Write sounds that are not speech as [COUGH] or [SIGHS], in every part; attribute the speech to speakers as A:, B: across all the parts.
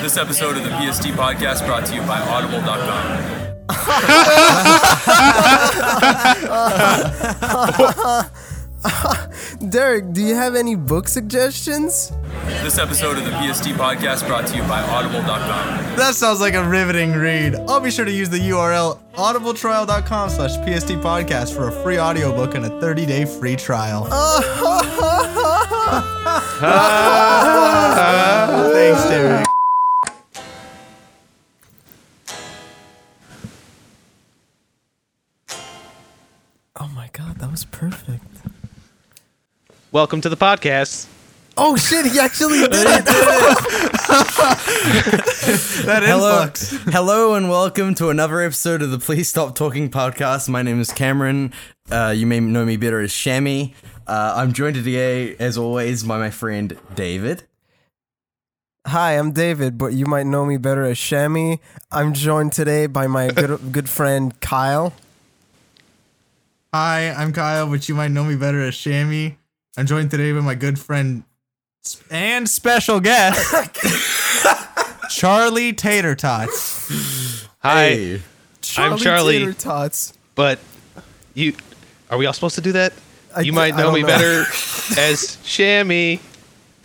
A: This episode of the PST podcast brought to you by Audible.com.
B: Derek, do you have any book suggestions?
A: This episode of the PST podcast brought to you by Audible.com.
C: That sounds like a riveting read. I'll be sure to use the URL audibletrial.com slash PST podcast for a free audiobook and a 30-day free trial. [LAUGHS] Thanks, Derek.
B: Oh my god, that was perfect.
D: Welcome to the podcast.
B: Oh shit, he actually
D: [LAUGHS]
B: did it!
C: That
E: Hello,
C: influx. [LAUGHS]
E: hello, and welcome to another episode of the Please Stop Talking podcast. My name is Cameron. Uh, you may know me better as Shammy. Uh, I'm joined today, as always, by my friend David.
B: Hi, I'm David, but you might know me better as Shammy. I'm joined today by my good, good friend Kyle.
C: Hi, I'm Kyle, but you might know me better as Shammy. I'm joined today by my good friend sp- and special
E: [LAUGHS]
C: guest, Charlie Tater Tots.
D: Hi,
E: Hey.
D: I'm Charlie.
B: Tater Tots.
D: but you are we all supposed to do that?
B: I-
D: you might
B: I
D: know
B: don't
D: me
B: know.
D: better [LAUGHS] as Shammy.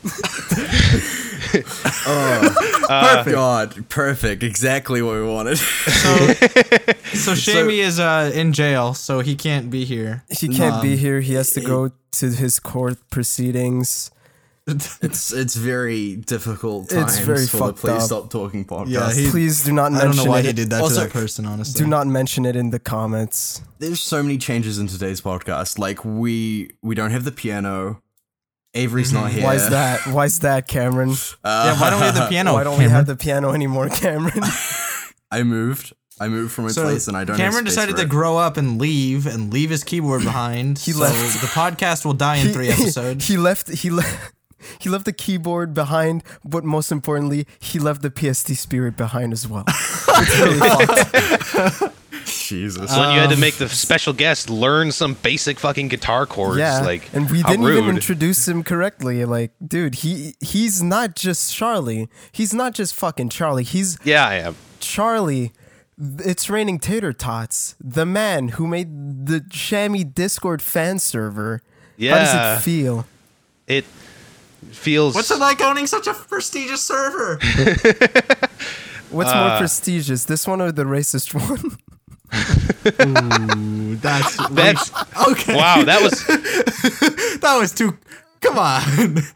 E: Perfect. God, perfect. Exactly what we wanted.
C: So Shammy is uh, in jail, so he can't be here.
B: He can't be here. He has to go to his court proceedings.
E: it's it's very difficult times
B: It's very
E: for the
B: fucked
E: Please
B: up.
E: Stop Talking podcast.
C: Yeah, Uh, he-
B: Please do not
C: I
B: mention
C: don't know why
B: it.
C: he did that
E: Also-
C: to that person, honestly.
B: Do not mention it in the comments.
E: There's so many changes in today's podcast. Like we we don't have the piano. Avery's not here.
B: Why is that? Why is that, Cameron?
C: Yeah, why don't we have the
B: [LAUGHS]
C: piano?
B: why don't we have the piano anymore, [LAUGHS] Cameron?
E: I moved. I moved from my place, and I don't. have
C: Cameron
E: space
C: decided
E: for
C: to
E: it.
C: grow up and leave and leave
B: [CLEARS THROAT]
C: his keyboard behind. he so
B: left.
C: The podcast will die in three episodes.
B: He [LAUGHS] left. He left. [LAUGHS] He left the keyboard behind, but most importantly, he left the PST spirit behind as
D: [LAUGHS]
B: well. It's really fucked.
E: Jesus.
D: When you had to make
B: Um,
D: the special guest learn some basic fucking guitar chords,
B: yeah,
D: like
B: and we
D: how
B: didn't
D: rude.
B: even introduce him correctly. Like, dude, he he's not just Charlie. He's not just fucking Charlie. He's
D: yeah, I am.
B: Charlie. It's raining tater tots. The man who made the Shammy Discord fan server. How
D: Yeah.
B: does it feel?
D: It feels
C: What's it like owning such a prestigious server?
B: What's more
D: Uh,
B: prestigious, this one or the racist [LAUGHS] one?
C: That's
E: [LAUGHS]
D: that's
C: okay.
D: wow. That was.
C: That was too. Come on.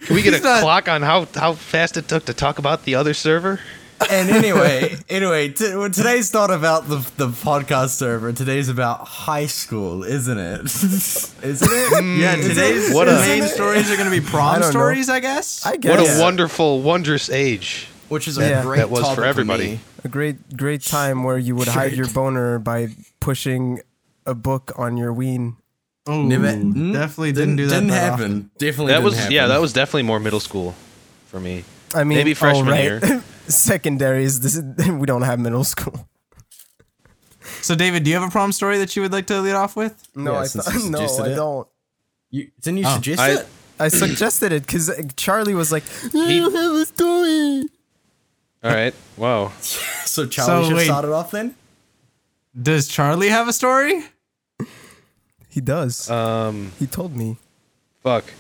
D: Can we get a
C: not-
D: clock on how how fast it took to talk about the other server?
E: [LAUGHS] and anyway, anyway, t- well, today's not about the the podcast server. Today's about high school, isn't it? [LAUGHS] isn't it?
C: Yeah, today's
D: What a-
C: main
B: [LAUGHS]
C: stories are going to be
B: I
C: prom
B: don't know.
C: stories, I guess.
B: I guess.
D: What a wonderful, wondrous age.
E: Which is a
B: Yeah.
E: great
D: That was for
E: topic
D: everybody.
E: me.
B: a great great time where you would hide your boner by pushing a book on your ween.
C: Ooh,
E: Never-
C: Mm,
B: Mm,
C: definitely didn't, do that.
E: Mm-hmm. Didn't
C: that
E: happen.
C: often.
E: Definitely.
D: That
E: didn't
D: was
E: happen.
D: yeah. That was definitely more middle school for me.
B: I mean,
D: Maybe
B: oh,
D: freshman
B: right.
D: year.
B: [LAUGHS] Secondary is this. [LAUGHS] We don't have middle school.
C: So, David, do you have a prom story that you would like to lead off with?
B: [LAUGHS] No,
E: Yeah,
B: I
E: since
B: thought- [LAUGHS]
E: you
B: no,
E: suggested
B: I
E: it.
B: don't.
E: You, didn't
C: Oh.
E: you suggest
D: I-
E: it? [CLEARS THROAT]
B: I suggested it because Charlie was like, "Eh." "I don't have a story."
D: All right. Wow.
E: So
C: So
E: Charlie should
C: wait.
E: start it off then.
C: Does Charlie have a story?
B: He does.
E: Uh,
D: Um.
B: he told me.
D: Fuck.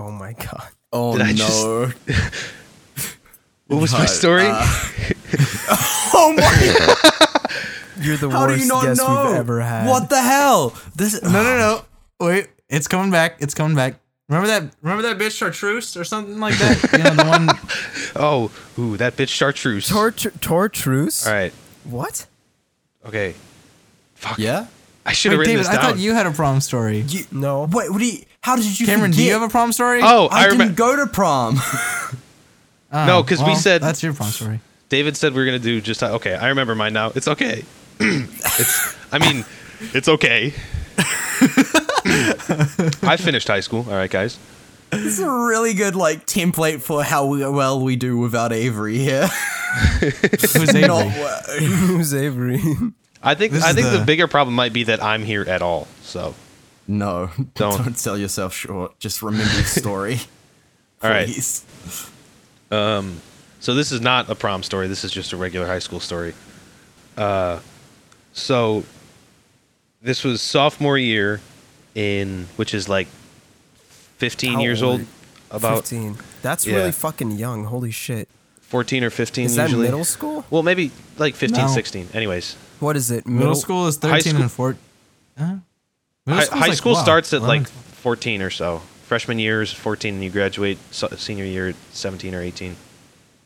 B: Oh my
E: [LAUGHS]
B: god.
E: Oh
D: I just-
E: no!
D: What was my
E: Hi,
D: story?
E: oh my!
B: You're the
E: How do
B: worst
E: you not
B: guest
E: know?
B: we've ever had. [LAUGHS]
E: What the hell? This
C: No, no, [SIGHS] no. Wait, it's coming back. It's coming back. Remember that? Remember that bitch chartreuse or something like that? you know, the
D: [LAUGHS]
C: one.
D: [LAUGHS] oh, ooh, that bitch chartreuse. All
B: Torture, tortruce?
D: right.
B: What? [LAUGHS]
D: Okay. Fuck.
E: Yeah.
D: I should have
C: Wait,
D: written
C: David,
D: this
C: I
D: down.
C: thought you had a prom story.
E: You,
B: No.
E: Wait. What do you? How did you?
C: Cameron, do
E: forget?
C: you have a prom story?
D: oh, I,
E: I didn't
D: remember.
E: go to prom. [LAUGHS]
C: Oh,
D: no, 'cause we
C: well,
D: said-
C: that's your prom
D: [LAUGHS]
C: story.
D: David said we were gonna do just. uh, Okay, I remember mine now. It's okay. [CLEARS THROAT] it's.
C: [LAUGHS]
D: I mean, it's okay. I finished high school. All right, guys.
E: This is a really good like template for how we, well we do without Avery here. [LAUGHS]
C: Who's
E: Not
C: Avery?
E: wha-
B: Who's Avery?
D: I think.
C: This
D: I
C: is
D: think the...
C: the-
D: bigger problem might be that I'm here at all. So.
E: no,
D: Don't.
E: [LAUGHS] don't
D: [LAUGHS]
E: sell yourself short. Just remember the story.
D: All right.
E: please.
D: So this is not a prom story. This is just a regular high school story. Uh, so this was sophomore year in which is like 15
B: How
D: years
B: old?
D: old,
B: [LAUGHS]
D: about
B: 15. That's
D: Yeah.
B: really fucking young. Holy shit.
D: 14 or 15
B: Is that
D: usually.
B: middle school?
D: Well, maybe like 15,
C: No.
D: 16. Anyways,
B: What is it?
C: Middle school is
D: high
C: 13 and 14. Huh? Middle
D: Hi-
C: school's
D: high
C: like,
D: school
C: wow,
D: starts at
C: 11.
D: like 14 or so. Freshman year is 14, and you graduate so- senior year at 17 or 18.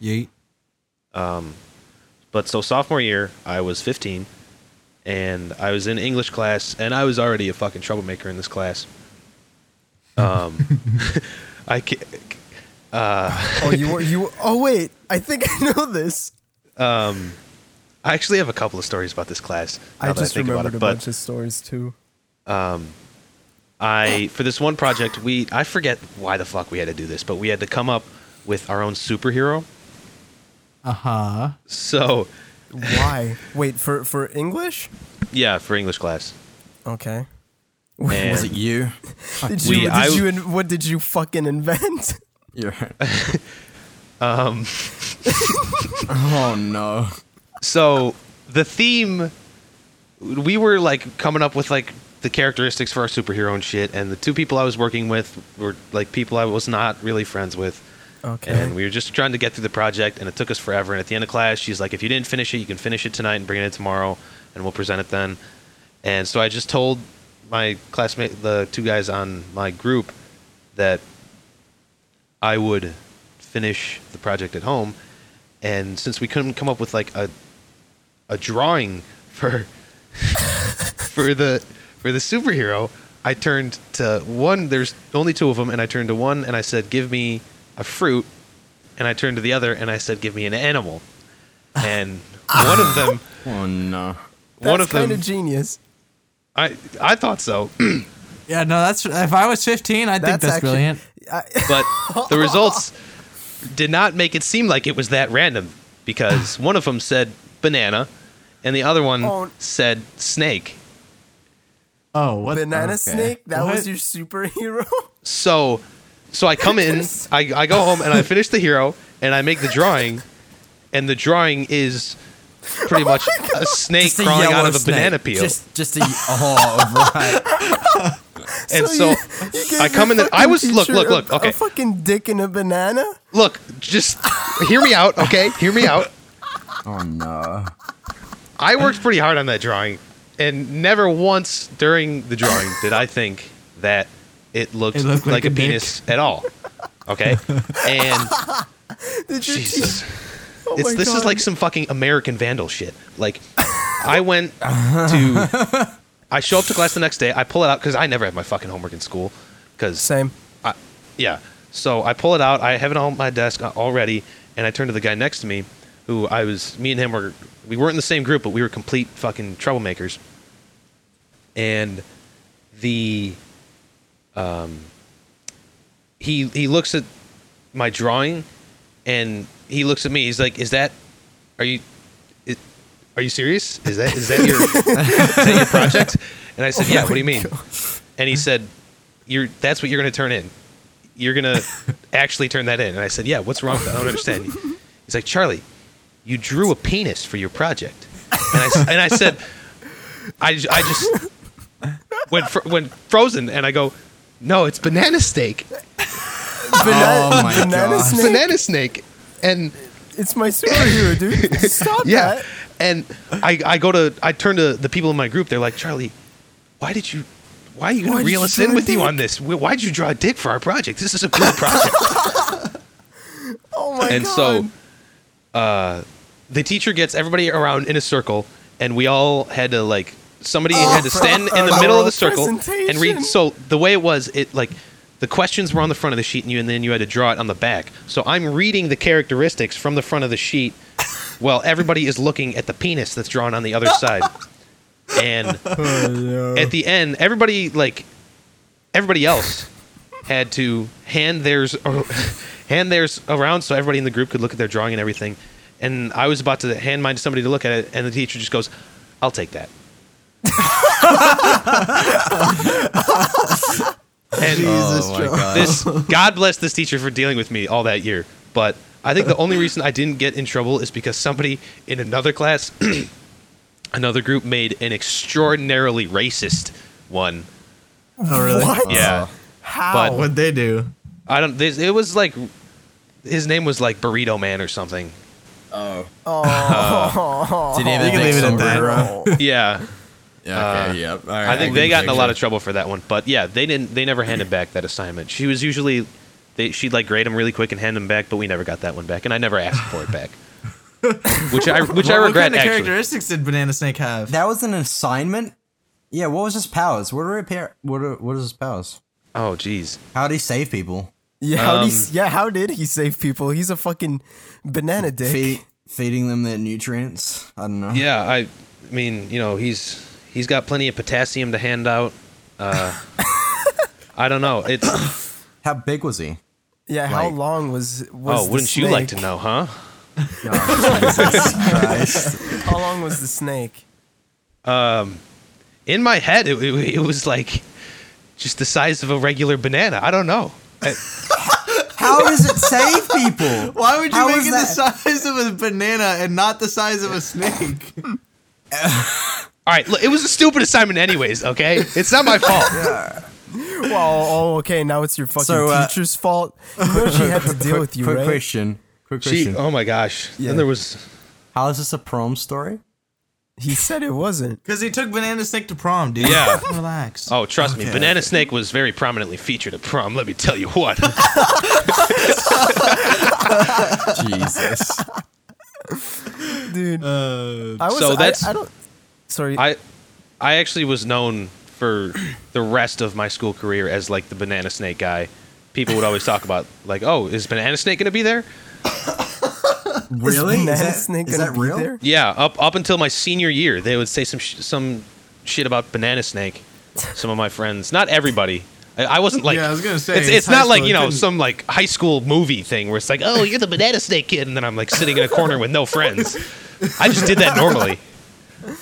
C: Yeet.
D: But so sophomore year, I was 15, and I was in English class, and I was already a fucking troublemaker in this class. Um, [LAUGHS] I ca-
B: Oh, you were, you. Oh wait, I think I know this.
D: I actually have a couple of stories about this class. Now
B: I
D: that I
B: just
D: think about
B: remembered
D: it,
B: a
D: but
B: bunch of stories too.
D: I for this one project we I forget why the fuck we had to do this, but we had to come up with our own superhero.
C: Uh huh.
D: So
B: Why? wait for for English?
D: yeah, for English class.
B: Okay.
E: [LAUGHS] Was
D: And
E: it you?
B: Did
D: we-
B: you? did
D: I-
B: you? In, what did you fucking
D: [LAUGHS]
B: invent?
E: You're right. um. [LAUGHS] oh no.
D: so the theme we were like coming up with like the characteristics for our superhero and shit, and the two people I was working with were like people I was not really friends with.
B: Okay.
D: And we were just trying to get through the project, and it took us forever. And at the end of class, she's like, "If you didn't finish it, you can finish it tonight and bring it in tomorrow, and we'll present it then." And so I just told my classmate, the two guys on my group, that I would finish the project at home. And since we couldn't come up with like a a drawing for [LAUGHS] for the for the superhero, I turned to one. There's only two of them, and I turned to one and I said, "Give me a fruit," and I turned to the other and I said, "Give me an animal." And one of them,
E: [LAUGHS] Oh no.
D: one of
B: That's kind
D: them,
B: of genius.
D: I I thought so,
C: Yeah, no, that's if I was 15, I would think
B: That's
C: that's
B: actually-
C: brilliant.
D: but
B: [LAUGHS]
D: the results did not make it seem like it was that random because one of them said banana, and the other one
B: Oh.
D: said snake.
C: Oh, what?
B: Banana
C: okay.
B: Snake. That
C: What?
B: was your
D: [LAUGHS]
B: superhero.
D: So, so I come in, I, I go home, and I finish the hero, and I make the drawing, and the drawing is pretty much a snake
E: Just a
D: crawling out
E: yellow
D: of a
E: snake.
D: banana peel.
E: Just, just a. Oh right.
D: and so,
B: you- you gave
D: I come
B: your
D: in the- I
B: fucking
D: was- look,
B: teacher
D: look, look,
B: a-
D: okay.
B: A fucking dick and a banana.
D: look, just hear me out, okay? Hear me out.
E: Oh no.
D: I worked pretty hard on that drawing, and never once during the drawing did I think that it looked,
C: It looked like
D: like, a,
C: a dick.
D: penis at all. Okay, and
B: Did your teacher-
D: Jesus.
B: Oh
D: It's,
B: my
D: this is
B: God.
D: like some fucking American Vandal shit. Like, I went to, I show up to class the next day. I pull it out because I never have my fucking homework in school. Because [LAUGHS]
B: same.
D: I, yeah. So I pull it out. I have it on my desk uh, already, and I turn to the guy next to me, who I was. Me and him were we weren't in the same group, but we were complete fucking troublemakers. And the, um, he he looks at my drawing, and he looks at me. He's like, "Is that? Are you?" i- Are you serious? Is that is that your [LAUGHS] is that your project? And I said, "Yeah." What do you mean? And he said, "You're that's what you're going to turn in. You're going to actually turn that in." And I said, "Yeah. What's wrong with that? I don't understand." He's like, "Charlie, you drew a penis for your project." And I, s- and I said, "I j- I just went fr- went frozen." And I go, "No, it's banana steak.
B: Banana,
E: Oh
B: [LAUGHS]
E: my
B: banana
E: God.
B: Snake.
D: Banana snake." And
B: It's my superhero, dude. Stop
D: [LAUGHS] Yeah.
B: that.
D: And I, I go to I turn to the people in my group. They're like, Charlie, why did you why are you
B: Why
D: gonna
B: did
D: reel
B: you
D: us
B: draw
D: in
B: a
D: with you
B: dick?"
D: on this? Wh- Why did you draw a dick for our project? This is a cool project.
B: Oh my
D: and
B: god.
D: so uh, the teacher gets everybody around in a circle, and we all had to like somebody
B: Oh,
D: had to stand in the
B: our
D: middle of the
B: oral
D: circle and read.
B: presentation.
D: So the way it was, it like the questions were on the front of the sheet, and you and then you had to draw it on the back. So I'm reading the characteristics from the front of the sheet, while everybody is looking at the penis that's drawn on the other side. And [LAUGHS] at the end, everybody like everybody else had to hand theirs [LAUGHS] hand theirs around so everybody in the group could look at their drawing and everything. And I was about to hand mine to somebody to look at it, and the teacher just goes, "I'll take that." and
E: Jesus, oh my god.
D: this, God bless this teacher for dealing with me all that year. But I think the only reason I didn't get in trouble is because somebody in another class, [CLEARS THROAT] another group, made an extraordinarily racist one. Uh,
C: Oh, really?
B: What?
D: Yeah.
B: How?
D: But-
C: [LAUGHS] What'd they do?
D: I don't. This, it was like his name was like Burrito Man or something.
E: Oh.
B: oh.
E: Did he have a
C: You can
E: big
C: leave it at that.
E: sombrero?
D: Yeah,
E: [LAUGHS] Yeah, okay, yeah. All right,
D: Uh, I think they
E: can
D: got in a
E: picture
D: lot
E: it.
D: of trouble for that one. But yeah, they didn't. They never handed back that assignment. She was usually, they, she'd like grade them really quick and hand them back, but we never got that one back, and I never asked for it [LAUGHS] back. which I which I
C: What-
D: regret
C: What kind of
D: actually.
C: characteristics did Banana Snake have?
E: That was an assignment? Yeah, what was his powers? What are, repair- what are what is his powers?
D: Oh jeez.
E: How do he save people?
B: yeah, how did
E: Um,
B: he, yeah, how did he save people? He's a fucking banana dick.
E: Fe- feeding them their nutrients? I don't know.
D: Yeah, I mean, you know, he's he's got plenty of potassium to hand out. [LAUGHS] Uh, I don't know. It's
E: How big was he?
B: Yeah, how
E: Like-
B: long was was
D: oh,
B: the
D: wouldn't you like to
B: snake?
D: know, huh?
B: How long was the snake?
D: In my head, it, it, it was like just the size of a regular banana. I don't know. I-
E: How does it save people?
D: [LAUGHS]
C: Why would you
E: How
C: make
E: is
C: it
E: that-
C: the size of a banana and not the size of a [LAUGHS] snake?
D: all right, look, it was a stupid assignment, anyways. Okay, it's not my fault.
B: Well, oh, okay, now it's your fucking
E: So, uh,
B: teacher's fault. You know she
E: [LAUGHS]
B: had to deal with you,
E: quick
B: right?
E: question. Quick
D: She,
E: question.
D: oh my gosh.
B: Yeah.
D: Then there was
E: How is this a prom story?
B: He said it wasn't.
C: Because he took Banana Snake to prom, dude.
D: Yeah.
C: Relax.
D: oh, trust me, Banana Snake was very prominently featured at prom. Let me tell you what. [LAUGHS]
E: [LAUGHS] Jesus.
B: Dude, I was
D: so
B: I-
D: that's-
B: I, don't Sorry.
D: I I actually was known for the rest of my school career as like the Banana Snake guy. People would always talk about like, oh, is Banana Snake gonna be there?
E: really?
B: Banana
E: Is that,
B: snake
E: is
B: gonna
E: that
B: be
E: real?
B: there?
D: Yeah, up up until my senior year, they would say some sh- some shit about Banana Snake. Some of my friends, not everybody. I, I wasn't like.
C: Yeah, I was gonna say,
D: It's,
C: it's
D: it's
C: high
D: not like
C: school, it
D: you know
C: couldn't-
D: some like high school movie thing where it's like, oh, you're the Banana Snake kid, and then I'm like sitting in a corner with no friends. I just did that normally.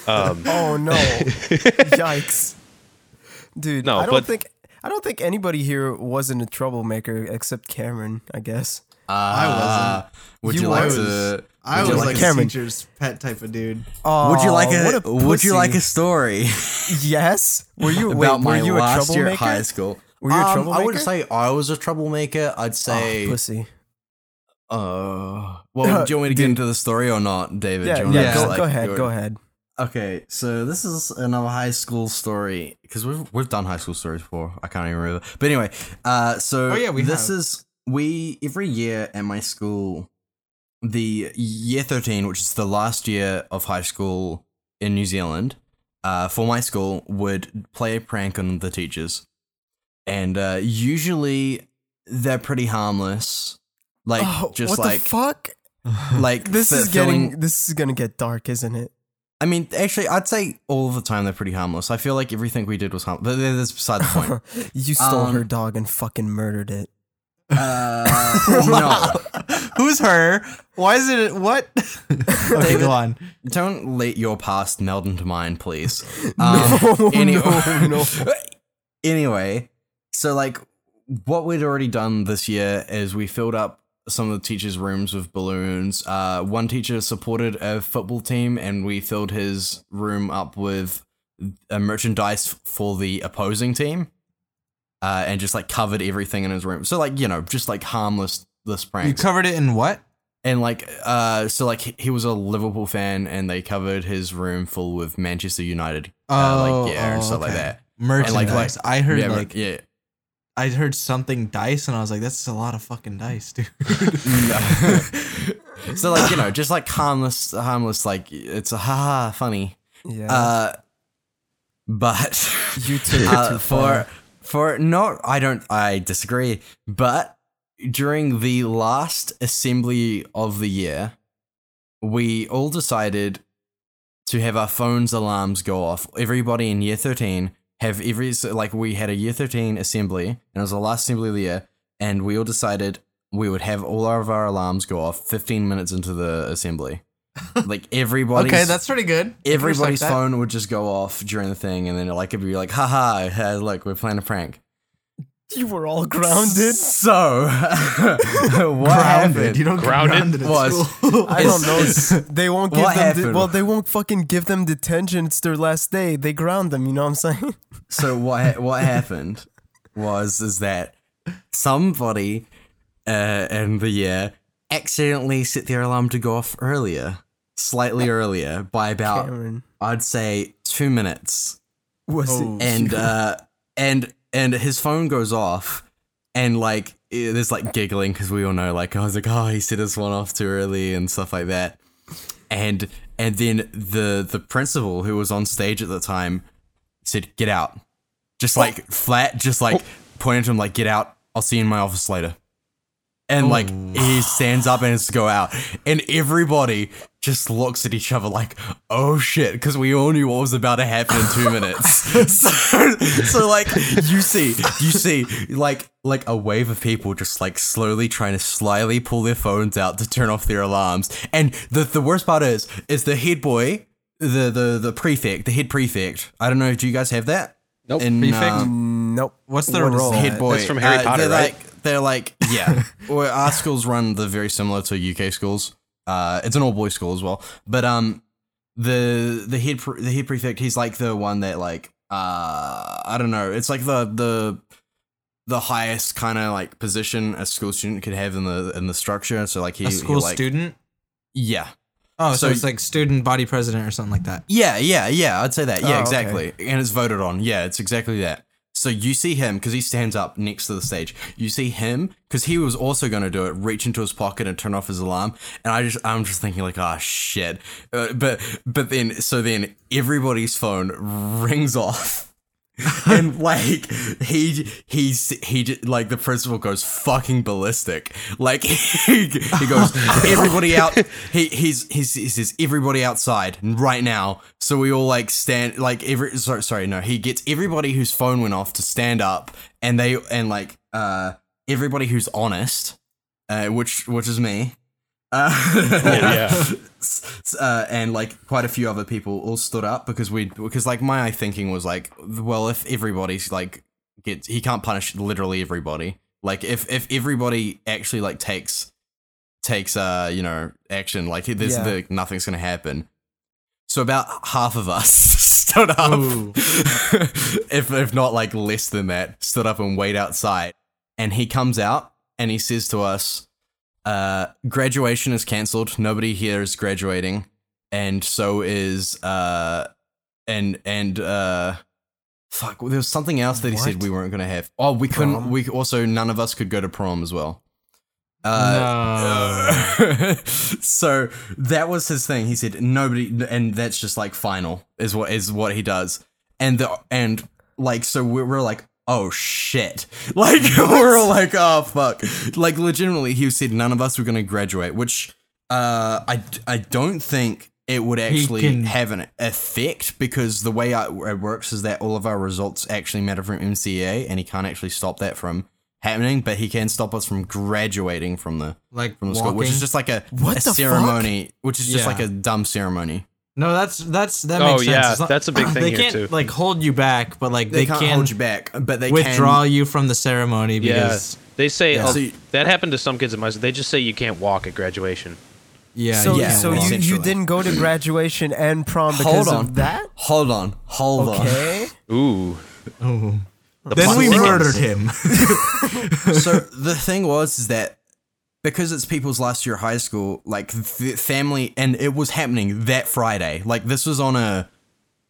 D: Um,
E: [LAUGHS]
B: Oh no. Yikes. Dude,
D: No,
B: I don't
D: but-
B: think I don't think anybody here wasn't a troublemaker except Cameron, I guess.
C: I wasn't.
E: Uh, Would
B: You
E: you, like
B: was-
E: to?
C: I
E: would
C: was
E: you
C: like,
E: like
C: a
B: Cameron.
C: teacher's pet type of dude. [LAUGHS]
B: Oh,
E: Would you like a,
B: what
E: Would you like a
B: pussy.
E: story
B: Yes? Were you [LAUGHS] wait,
E: about my
B: were you a
E: last year
B: troublemaker?
E: at high school?
B: Were you a
E: Um,
B: troublemaker?
E: I wouldn't say I was a troublemaker. I'd say.
B: oh, pussy.
E: uh, well, do you want me to get into the story or not, David? do
B: Yeah,
E: you want
B: yeah,
E: me to
B: go,
E: just, like,
B: go ahead,
E: do it?
B: go ahead.
E: Okay, so this is another high school story because we've we've done high school stories before. I can't even remember. But anyway, uh, so
C: Oh, yeah, we
E: this
C: have.
E: is we every year at my school, the year thirteen, which is the last year of high school in New Zealand, uh, for my school would play a prank on the teachers, and uh, usually they're pretty harmless, like
B: Oh,
E: just
B: what
E: like
B: the fuck?
E: like
B: This
E: fi-
B: is
E: filling-
B: getting this is gonna get dark, isn't it?
E: I mean, actually, I'd say all of the time they're pretty harmless. I feel like everything we did was harmless. But that's beside the point.
B: [LAUGHS] You stole
E: Um,
B: her dog and fucking murdered it.
E: [LAUGHS] [LAUGHS] uh, no,
C: Who's her? Why is it what? [LAUGHS] okay, go
E: [LAUGHS]
C: on.
E: don't let your past meld into mine, please.
B: [LAUGHS] no,
E: any-
B: no, no.
E: [LAUGHS] anyway, so like what we'd already done this year is we filled up some of the teachers' rooms with balloons. Uh, one teacher supported a football team, and we filled his room up with uh, merchandise for the opposing team, uh, and just like covered everything in his room. So like you know, just like harmless this
C: You
E: prank
C: covered it in what?
E: and like uh so like he- he was a liverpool fan and they covered his room full with manchester united uh,
C: Oh,
E: like yeah and
C: oh,
E: stuff like
C: okay.
E: that
C: Merchandise. I heard
E: yeah,
C: like [LAUGHS]
E: yeah [LAUGHS]
C: I heard something dice, and I was like, "That's a lot of fucking dice, dude." [LAUGHS]
E: so like you know just like harmless harmless like it's a haha funny
B: Yeah,
E: uh but [LAUGHS]
B: you took it
E: uh,
B: too
E: for
B: far.
E: for no i don't i disagree but during the last assembly of the year we all decided to have our phones alarms go off everybody in year 13 have every so, like we had a year 13 assembly and it was the last assembly of the year and we all decided we would have all of our alarms go off 15 minutes into the
C: [LAUGHS]
E: assembly like everybody's
C: okay, that's pretty good. I can respect
E: everybody's
C: that.
E: phone would just go off during the thing, and then like it'd be like, "Ha ha! ha, Look, we're playing a prank."
B: You were all grounded.
E: So, [LAUGHS] what happened?
C: You don't
D: Grounded
C: Oh, grounded, grounded at
E: was-
C: [LAUGHS] school.
E: [LAUGHS]
B: I
E: It's-
B: don't know. [LAUGHS] They won't give
E: What
B: them. De-
E: happened?
B: well, they won't fucking give them detention. It's their last day. They ground them. You know what I'm saying?
E: [LAUGHS] so what ha- what happened was is that somebody uh, in the year accidentally set their alarm to go off earlier, slightly earlier by about
B: Cameron
E: I'd say two minutes,
B: was
C: Oh.
E: and uh, and and his phone goes off, and like eh, there's like giggling because we all know like I was like oh he set his one off too early and stuff like that, and and then the the principal who was on stage at the time said get out, just like flat, just like pointed to him like get out. I'll see you in my office later. And like he stands up and is to go out, and everybody just looks at each other like, "Oh shit!" Because we all knew what was about to happen in two minutes. [LAUGHS] so, so like you see, you see, like like a wave of people just like slowly trying to slyly pull their phones out to turn off their alarms. And the the worst part is, is the head boy, the the the prefect, the head prefect. I don't know. Do you guys have that?
D: Nope.
E: In,
D: prefect.
E: uh,
B: nope.
C: What's the role?
E: head boy. Uh,
D: That's from Harry Potter,
E: they're
D: right?
E: Like,
D: [LAUGHS]
E: they're like, yeah. [LAUGHS] well, our schools run the very similar to UK schools. Uh, it's an all boys school as well. But um, the the head pre- the head prefect, he's like the one that like uh, I don't know. It's like the the the highest kind of like position a school student could have in the in the structure. So like he
C: A
E: he,
C: school
E: like-
C: student?
E: Yeah.
C: Oh, so,
E: So-
C: it's like student body president or something like that.
E: Yeah, yeah, yeah. I'd say that.
B: Oh,
E: Yeah,
B: okay.
E: exactly. And it's voted on. Yeah, it's exactly that. So you see him because he stands up next to the stage. You see him because he was also going to do it, reach into his pocket and turn off his alarm. And I just, I'm just thinking like, ah, shit. Uh, but, but then, so then everybody's phone [LAUGHS] rings off. [LAUGHS] and like he he's he j- like the principal goes fucking ballistic like [LAUGHS] he, he goes everybody out he he's, he's he says everybody outside right now so we all like stand like every sorry, sorry no he gets everybody whose phone went off to stand up and they and like uh everybody who's honest uh which which is me uh, s- uh, and like quite a few other people all stood up because we because like my thinking was like well if everybody's like gets he can't punish literally everybody like if if everybody actually like takes takes uh you know action like there's
B: Yeah.
E: the, nothing's gonna happen so about half of us [LAUGHS] stood up
C: Ooh.
E: if if not like less than that stood up and wait outside and he comes out and he says to us uh, graduation is cancelled. Nobody here is graduating, and so is uh, and and uh, fuck. There was something else that he said
B: What?
E: we weren't gonna have. Oh, we couldn't.
B: Prom?
E: We also none of us could go to prom as well. Uh, [LAUGHS] so that was his thing. He said nobody, and that's just like final is what is what he does. And the and like so we're, we're like oh shit, [LAUGHS] like we're all like oh fuck, like legitimately he said none of us were gonna graduate, which uh I I don't think it would actually
C: can-
E: have an effect because the way I, it works is that all of our results actually matter from MCA, and he can't actually stop that from happening, but he can stop us from graduating from the
C: like
E: from the
C: walking.
E: school, which is just like a,
B: What
E: a
B: the
E: ceremony, which is just
C: Yeah.
E: like a dumb ceremony.
C: no, that's that's that
D: Oh,
C: makes sense.
D: yeah,
C: It's not-
D: that's a
C: [COUGHS]
D: big thing
C: They
D: here,
C: can't
D: too.
C: like hold you back, but like they, can
E: hold you back, but they
C: withdraw you from the ceremony
D: Yeah.
C: because
D: They say
E: Yeah.
D: oh,
E: So you-
D: that happened to some kids at my school. They just say you can't walk at graduation.
C: yeah,
B: So,
E: yeah,
B: so
E: well,
B: you, you
E: essentially.
B: didn't go to
E: [CLEARS THROAT]
B: graduation and prom
E: Can,
B: because
E: hold on,
B: of that?
E: Hold on, hold on.
B: Okay.
D: Ooh.
C: Ooh.
D: The
C: Then
D: plot
C: we
D: thickens.
C: murdered him.
E: so [LAUGHS] the thing was is that because it's people's last year of high school, like the family, and it was happening that Friday. Like this was on a,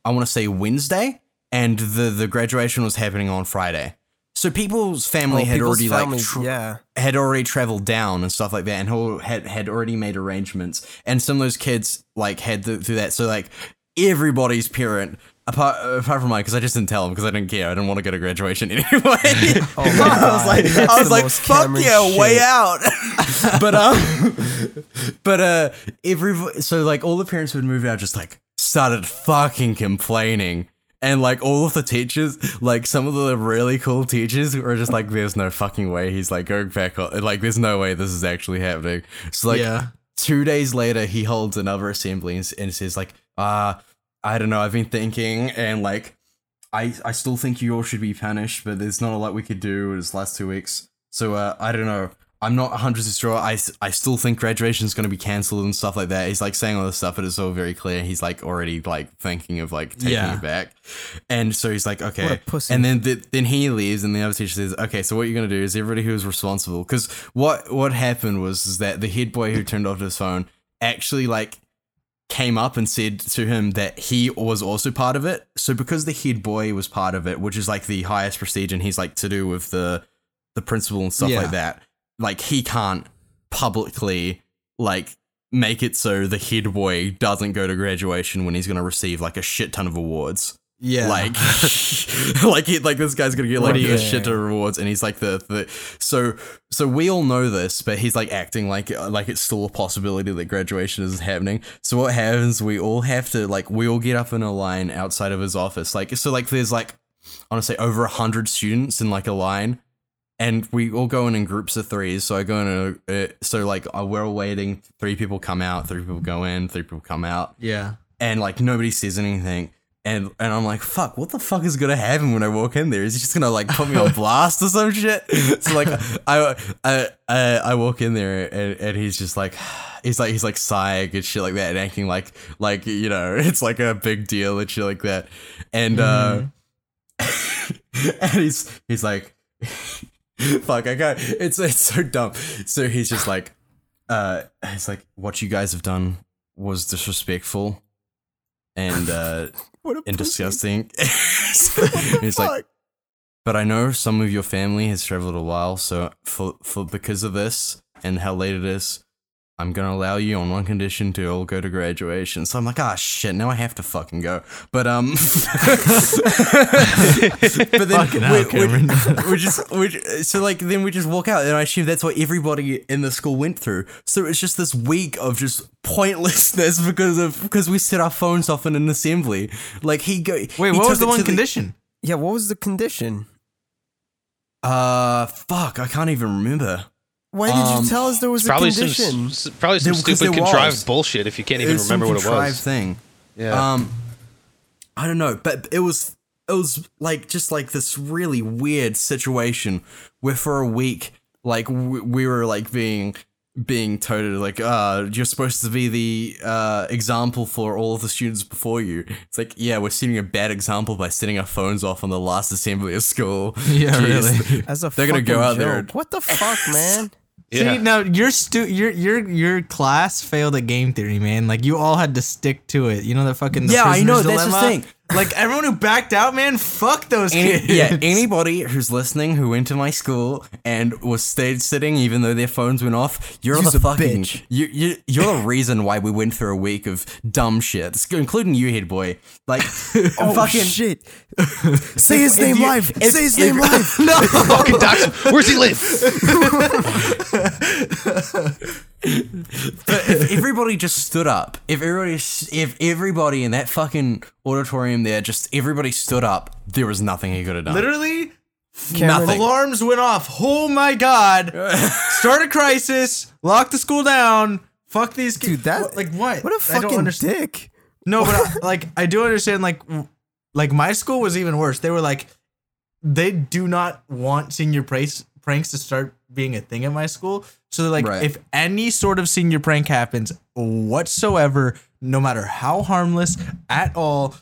E: I want to say Wednesday, and the the graduation was happening on Friday. So people's family
B: Oh,
E: had
B: people's
E: already like
B: families,
E: tr-
B: yeah.
E: had already traveled down and stuff like that, and who had had already made arrangements. And some of those kids like had th- through that. So like everybody's parent, apart apart from mine, because I just didn't tell them because I didn't care. I didn't want to go to
B: [LAUGHS]
E: graduation [LAUGHS] anyway. [LAUGHS] I was
B: God.
E: like,
B: Oh, That's
E: I was
B: the
E: like,
B: most
E: fuck
B: Cameron
E: yeah, way
B: shit."
E: out. [LAUGHS] but [LAUGHS] um, [LAUGHS] but uh, every so like all the parents who had moved out just like started fucking complaining. And like all of the teachers, like some of the really cool teachers were just like, there's no fucking way he's like going back on. Like, there's no way this is actually happening. So, [LAUGHS]
C: [LAUGHS]
E: like,
C: yeah.
E: two days later, he holds "Ah, another assembly and, s- and says, like, uh, I don't know, I've been thinking, and like, I, I still think you all should be punished, but there's not a lot we could do in this last two weeks. So uh, I don't know. I'm not 100% sure. I, s- I still think graduation is going to be cancelled and stuff like that. He's like saying all this stuff, but it's all very clear. He's like already like thinking of like taking
C: Yeah.
E: it back. And so he's like, okay.
B: What a pussy.
E: And then th- then he leaves, and the other teacher says, okay, so what you're going to do is everybody who was responsible. Because what, what happened was is that the head boy who turned off his phone actually like came up and said to him that he was also part of it. So because the head boy was part of it, which is like the highest prestige and he's like to do with the the principal and stuff
C: Yeah.
E: like that, like he can't publicly like make it so the head boy doesn't go to graduation when he's gonna receive like a shit ton of awards.
C: Yeah.
E: Like [LAUGHS] like he, like this guy's gonna get like
B: Right,
E: a
B: yeah.
E: shit ton of rewards and he's like the, the so so we all know this but he's like acting like uh, like it's still a possibility that graduation is happening so what happens we all have to like we all get up in a line outside of his office like so like there's like I want to say over a hundred students in like a line and we all go in in groups of threes. So I go in, a, uh, so like uh, we're all waiting. Three people come out, three people go in, three people come out,
C: Yeah.
E: and like nobody says anything. And and I'm like, fuck, what the fuck is gonna happen when I walk in there? Is he just gonna like put me on blast or some shit? So like I I I, I walk in there and, and he's just like. He's like he's like sighing and shit like that and acting like like you know [LAUGHS] it's like a big deal and shit like that and uh [LAUGHS] and he's he's like, [LAUGHS] "Fuck, I got it's it's so dumb." So he's just like, "Uh, he's like, what you guys have done was disrespectful, and uh,
B: [LAUGHS] What a
E: and
B: pussy.
E: disgusting." [LAUGHS] he's like, "But I know some of your family has traveled a while, so for for because of this and how late it is." I'm gonna allow you on one condition to all go to graduation. So I'm like, ah, shit. Now I have to fucking go.
C: [LAUGHS]
E: But um, [LAUGHS] but then
C: Fucking hell, Cameron.
E: [LAUGHS] we, just we ju- so like then we just walk out, and I assume that's what everybody in the school went through. So it's just this week of just pointlessness [LAUGHS] because of because we set our phones off in an assembly. Like he go.
C: Wait,
E: he
C: what was
E: took
C: the
E: it
C: one
E: to
C: condition?
B: Yeah, what was the condition?
E: Uh, fuck, I can't even remember.
B: Why did
E: Um,
B: you tell us there was a
D: Probably some,
B: condition?
D: s- probably some
E: There- 'cause
D: stupid
E: there
D: contrived
E: was.
D: bullshit if you can't even
E: was some
D: remember what it
E: contrived
D: was.
E: Thing.
D: Yeah.
E: Um, I don't know, but it was it was like just like this really weird situation where for a week, like we, we were like being being toted like uh you're supposed to be the uh example for all of the students before you it's like yeah we're setting a bad example by setting our phones off on the last assembly
B: [LAUGHS]
E: of school
C: Yeah, really.
E: [LAUGHS]
B: As a
E: they're gonna go
B: fucking
E: out there
B: joke. What the fuck, man?
D: yeah.
C: See, now your stu- your your your class failed at game theory, man. Like you all had to stick to it. You know the fucking the
E: Yeah, I
C: prisoner's
E: know, that's the
C: dilemma?
E: thing.
C: Like everyone who backed out, man. Fuck
B: [LAUGHS]
C: those
E: Any-
C: kids.
E: yeah, anybody who's listening who went to my school and was stage sitting even though their phones went off, you're
B: You's
E: the
B: a
E: fucking
B: bitch.
E: you you you're the reason why we went through a week of dumb shit, including you, head boy.
B: [LAUGHS]
E: Like,
B: Oh
E: fucking
B: shit! Say his name
E: you-
B: live.
E: if-
B: Say his
E: if-
B: name live.
D: [LAUGHS] Fucking dox him. Where's he live?
E: But if everybody just stood up, if everybody, if everybody in that fucking auditorium there, just everybody stood up, there was nothing he could have
C: [LAUGHS]
E: done.
C: Literally,
B: Cameron,
E: Nothing.
C: alarms went off. Oh
B: [LAUGHS]
C: my god! Start a crisis. Lock the school down. Fuck these kids.
B: Dude, that
C: like what?
B: What a
C: I don't
B: fucking
C: understand.
B: dick.
C: No, but I, [LAUGHS] like I do understand. Like, w- like my school was even worse. They were like, they do not want senior pranks pranks to start being a thing at my school. So they're like,
E: Right.
C: if any sort of senior prank happens whatsoever, no matter how harmless at all,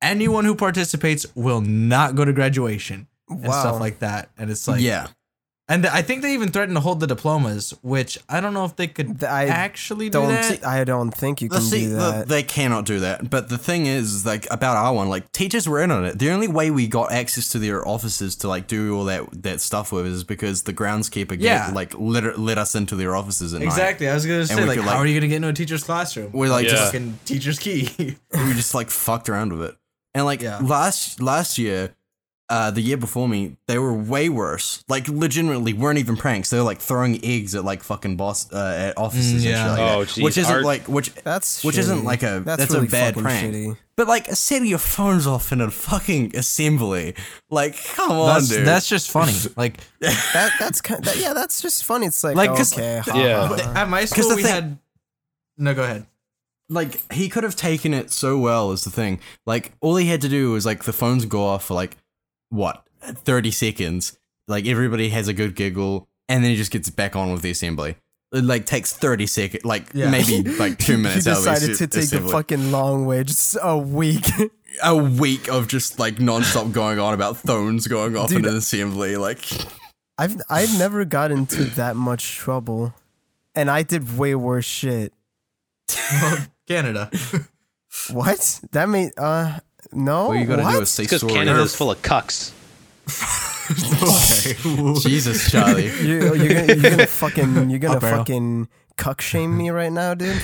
C: anyone who participates will not go to graduation and
B: Wow.
C: stuff like that. And it's like,
E: yeah,
C: and I think they even threatened to hold the diplomas, which I don't know if they could
B: Th- I
C: actually do
B: Don't
C: that.
B: thi- I don't think you
E: Well,
B: can
E: see,
B: do
E: the-
B: that.
E: they cannot do that. But the thing is, like about our one, like teachers were in on it. The only way we got access to their offices to like do all that that stuff with is because the groundskeeper
C: Yeah.
E: gave, like let, let us into their offices at
C: Exactly. I was gonna say
E: we
C: like,
E: could, like-
C: how are you gonna get into a teacher's classroom?
E: night. We're like
D: Yeah.
E: just
C: fucking teacher's key. [LAUGHS]
E: we just like fucked around with it. And like
C: Yeah.
E: last last year, uh, the year before me, they were way worse. Like legitimately weren't even pranks. They were like throwing eggs at like fucking boss uh, at offices
C: yeah.
E: and shit like
D: Oh,
E: that.
D: jeez.
E: Which isn't
D: Our-
E: like which
B: That's
E: which
B: shitty.
E: isn't like a that's,
B: That's really
E: a bad
B: fucking
E: prank.
B: shitty.
E: But like setting your phones off in a fucking assembly, like come on,
C: that's,
E: dude.
C: that's just [LAUGHS] funny. Like,
B: That that's kind. That, yeah, that's just funny. It's like,
C: like uh, 'cause
B: okay,
C: the-
B: ha,
D: Yeah.
B: ha,
C: but
B: ha.
C: at my school
E: the
C: we
E: thing-
C: had. No, go ahead.
E: like he could have taken it so well is the thing. Like all he had to do was like the phones go off for like what thirty seconds. Like everybody has a good giggle, and then he just gets back on with the assembly. It like takes thirty seconds, like
C: Yeah.
E: [LAUGHS] maybe like two
B: [LAUGHS]
E: minutes.
B: He
E: out of the
B: decided to
E: assi-
B: take the
E: assembly.
B: fucking long way, just a week. [LAUGHS]
E: a week of just like nonstop going on about phones going off
B: Dude,
E: in an assembly. Like
B: I've I've never got into that much trouble, and I did way worse shit.
C: Canada.
B: What? That made uh no.
E: all you got to
B: what?
E: do is say
D: Because
E: sorry.
D: Canada's full of cucks.
E: [LAUGHS] Jesus, [LAUGHS] Charlie.
B: You, you're, gonna, you're
D: [LAUGHS]
B: gonna fucking you're gonna
C: Up arrow.
B: fucking cuck shame me right now,
D: [LAUGHS]
B: dude.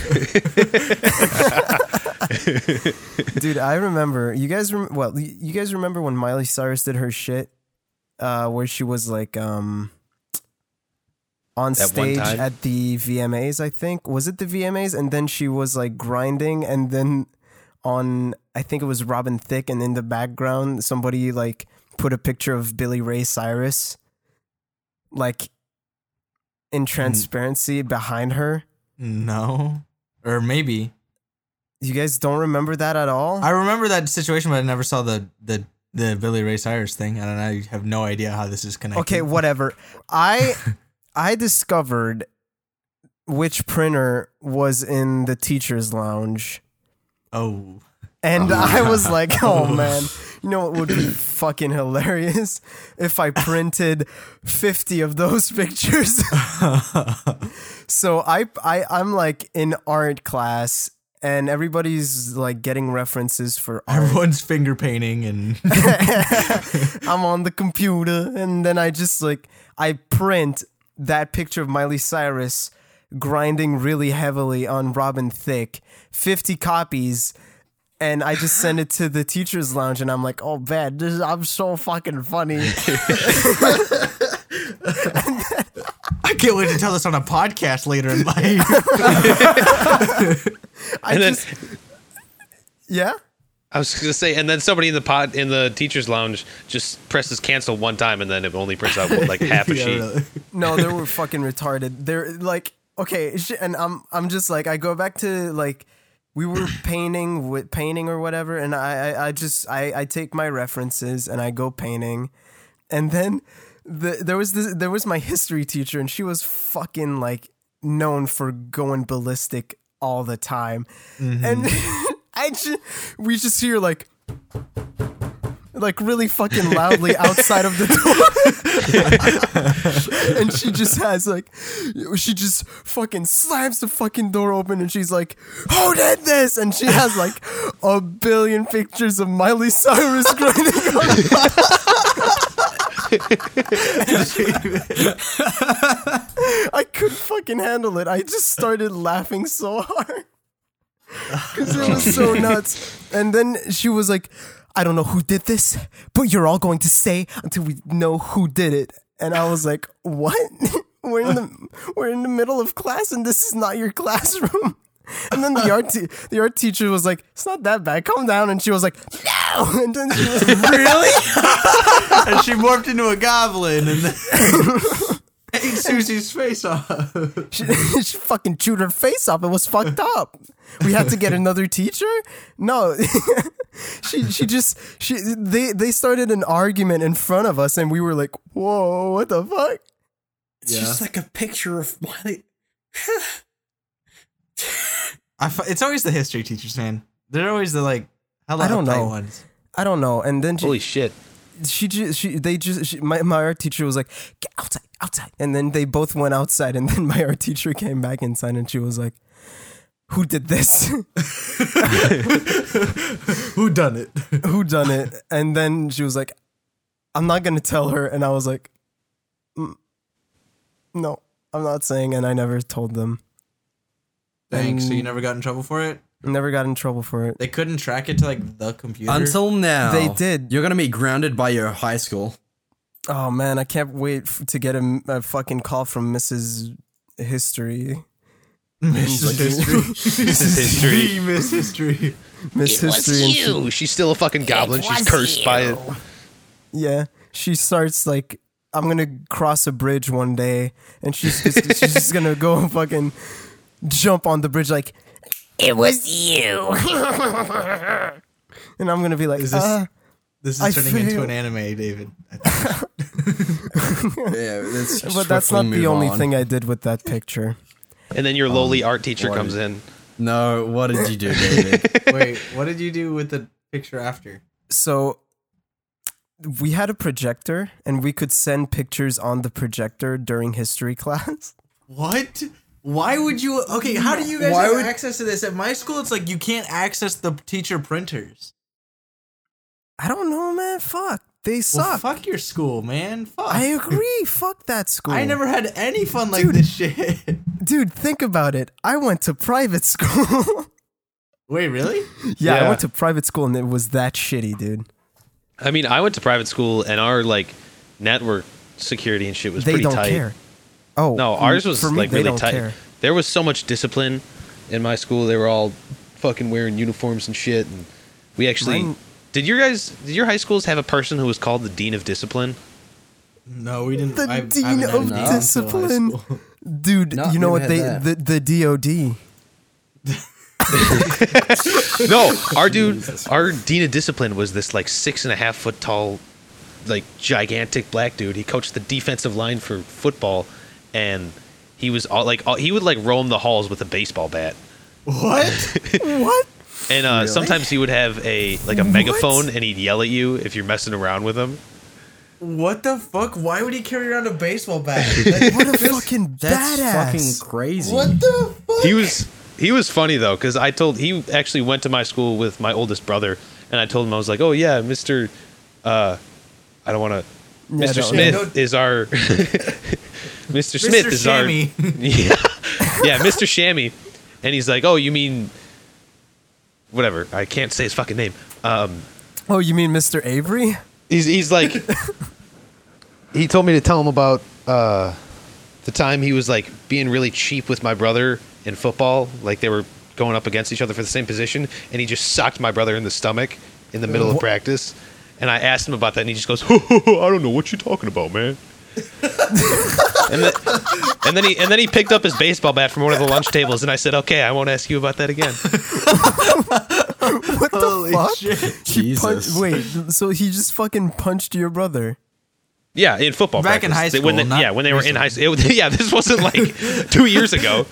B: dude, I remember you guys. Rem- well, y- you guys remember when Miley Cyrus did her shit, uh, where she was like um on
D: one
B: stage
D: time?
B: at the VMAs. I think was it the VMAs, and then she was like grinding, and then on I think it was Robin Thicke, and in the background somebody like put a picture of Billy Ray Cyrus, like in
C: Mm-hmm.
B: transparency behind her.
C: no, or maybe
B: You guys don't remember that at all?
C: I remember that situation, but I never saw the the the Billy Ray Cyrus thing, and I have no idea how this is connected.
B: okay, whatever.
C: [LAUGHS]
B: I I discovered which printer was in the teachers' lounge.
C: Oh,
B: And I was like,
C: [LAUGHS]
B: oh man, you know what would be fucking hilarious? If I printed 50 of those [LAUGHS]
C: [LAUGHS]
B: pictures. so I, I, I'm like in art class and everybody's like getting references for art.
C: everyone's finger painting and [LAUGHS]
B: I'm on the computer, and then I just like I print that picture of Miley Cyrus grinding really heavily on Robin Thicke, 50 copies, and I just send it to the teachers' lounge, and I'm like, oh man, this is, I'm so fucking funny.
C: I can't wait to tell this on a podcast later in life.
B: I
D: And then
B: just yeah.
D: [LAUGHS] I was gonna say, and then somebody in the pod in the teachers' lounge just presses cancel one time, and then it only prints out
B: [LAUGHS]
D: like half a
C: Yeah,
D: sheet.
C: really.
B: No, they were fucking retarded. They're like, okay, sh- and I'm I'm just like I go back to like we were painting with painting or whatever, and I I, I just I I take my references and I go painting, and then the, there was this there was my history teacher, and she was fucking like known for going ballistic all the time, and [LAUGHS] I just we just hear like. Like really fucking loudly outside of the door [LAUGHS] and she just has like, she just fucking slams the fucking door open and she's like, who did this? And she has like a billion pictures of Miley Cyrus grinding on [LAUGHS] I couldn't fucking handle it. I just started laughing so hard. Because it was so nuts. And then she was like, I don't know who did this, but you're all going to stay until we know who did it. And I was like, What? [LAUGHS] We're in the we're in the middle of class and this is not your classroom. [LAUGHS] And then the art te- the art teacher was like, It's not that bad. Calm down. And she was like, No. [LAUGHS] And then she was like, Really?
C: and she morphed into a goblin and ate [LAUGHS] Susie's face off.
B: She, [LAUGHS] she fucking chewed her face off. It was fucked up. We had to get another teacher. No, [LAUGHS] she she just she they they started an argument in front of us, and we were like, "Whoa, what the fuck?"
E: It's just like a picture of Miley.
C: I f- it's always the history teachers, man. They're always the like hell
B: I don't know.
C: ones.
B: I don't know. And then she
D: Holy shit!
B: she, ju- she they just she, my my art teacher was like, "Get outside, outside," and then they both went outside, and then my art teacher came back inside, and she was like, "Who did this?" [LAUGHS]
C: Who done it?
B: who done it and then she was like i'm not gonna tell her and i was like "Mm, no i'm not saying and i never told them
C: Thanks. So you never got in trouble for it?
B: never got in trouble for it
C: They couldn't track it to like the computer.
E: Until now,
B: They did.
E: You're gonna be grounded by your high school.
B: oh man i can't wait f- to get a, a fucking call from mrs history
C: Mrs. History. [LAUGHS] Mrs.
D: History.
C: Miss History.
B: miss history and she-
D: Ew, she's still a fucking goblin. She's cursed by it.
B: yeah she starts like i'm gonna cross a bridge one [LAUGHS] day and she's just, she's just gonna go fucking jump on the bridge like
F: It was you.
B: [LAUGHS] and I'm gonna be like,
C: Is this-
B: "Uh,
C: This is
B: I
C: turning into
B: feel-
C: an anime, David. [LAUGHS] I think.
E: Yeah, that's
B: but that's not the only thing I did with that picture.
D: And then your lowly art teacher
E: what
D: comes
E: is-
D: in.
E: No, what did you
C: [LAUGHS]
E: do, David?
C: Wait, what did you do with the picture after?
B: So we had a projector, and we could send pictures on the projector during history [LAUGHS] class.
C: What? Why would you? Okay, how do you guys
E: Why
C: have
E: would-
C: access to this? At my school, it's like you can't access the teacher printers.
B: I don't know, man. Fuck, they
C: Well,
B: suck.
C: fuck your school, man. Fuck.
B: I agree. fuck that school.
C: I never had any fun like this shit. [LAUGHS]
B: dude. Think about it. I went to private [LAUGHS] school.
C: Wait, really?
B: yeah, I
D: Yeah.
B: went to private school, and it was that shitty, dude.
D: I mean, I went to private school, and our like network security and shit was
B: they
D: pretty
B: don't
D: tight.
B: care. Oh
D: No, ours was
B: for me,
D: like
B: they
D: really
B: don't
D: tight.
B: care.
D: There was so much discipline in my school. They were all fucking wearing uniforms and shit. And we actually
B: Mine-
D: did. Your guys, did your high schools have a person who was called the dean of discipline?
C: No, we didn't.
B: The
C: I- I haven't
B: dean
C: had
B: of
C: it until high
B: discipline.
C: school. [LAUGHS]
B: Dude,
E: No,
B: you know
E: we
B: what they
E: had
B: the, the DOD.
D: No, our dude, our dean of discipline was this like six and a half foot tall, like gigantic black dude. He coached the defensive line for football, and he was all like all, he would like roam the halls with a baseball bat.
C: What? [LAUGHS]
B: What?
D: And uh, sometimes he would have a like a megaphone, and he'd yell at you if you're messing around with him.
C: What the fuck? Why would he carry around a baseball [LAUGHS] bat?
B: What a fucking
E: That's
B: badass.
E: fucking crazy.
C: what the fuck?
D: He was he was funny though, because I told he actually went to my school with my oldest brother, and I told him I was like, oh yeah, Mister, uh, I don't want to.
B: Yeah,
D: Mr.
B: no,
D: Smith
C: no.
D: is our [LAUGHS] Mr. Smith is
C: Shammy.
D: our [LAUGHS] yeah, yeah, Mr. Shammy, and he's like, oh, you mean whatever? I can't say his fucking name. Um,
B: Oh, you mean Mr. Avery? [LAUGHS]
D: he's he's like he told me to tell him about uh, the time he was like being really cheap with my brother in football like they were going up against each other for the same position and he just socked my brother in the stomach in the middle of practice and i asked him about that and he just goes [LAUGHS] i don't know what you're talking about man and, then, and then he and then he picked up his baseball bat from one of the lunch tables and i said okay i won't ask you about that again
B: What the fuck? He punched,
E: Jesus.
B: wait, so he just fucking punched your brother.
D: Yeah, in football.
C: Back in
D: practice.
C: high
D: They- when
C: school,
D: they-
C: not
D: yeah, when they were in high school. [LAUGHS] Yeah, this wasn't like two years ago.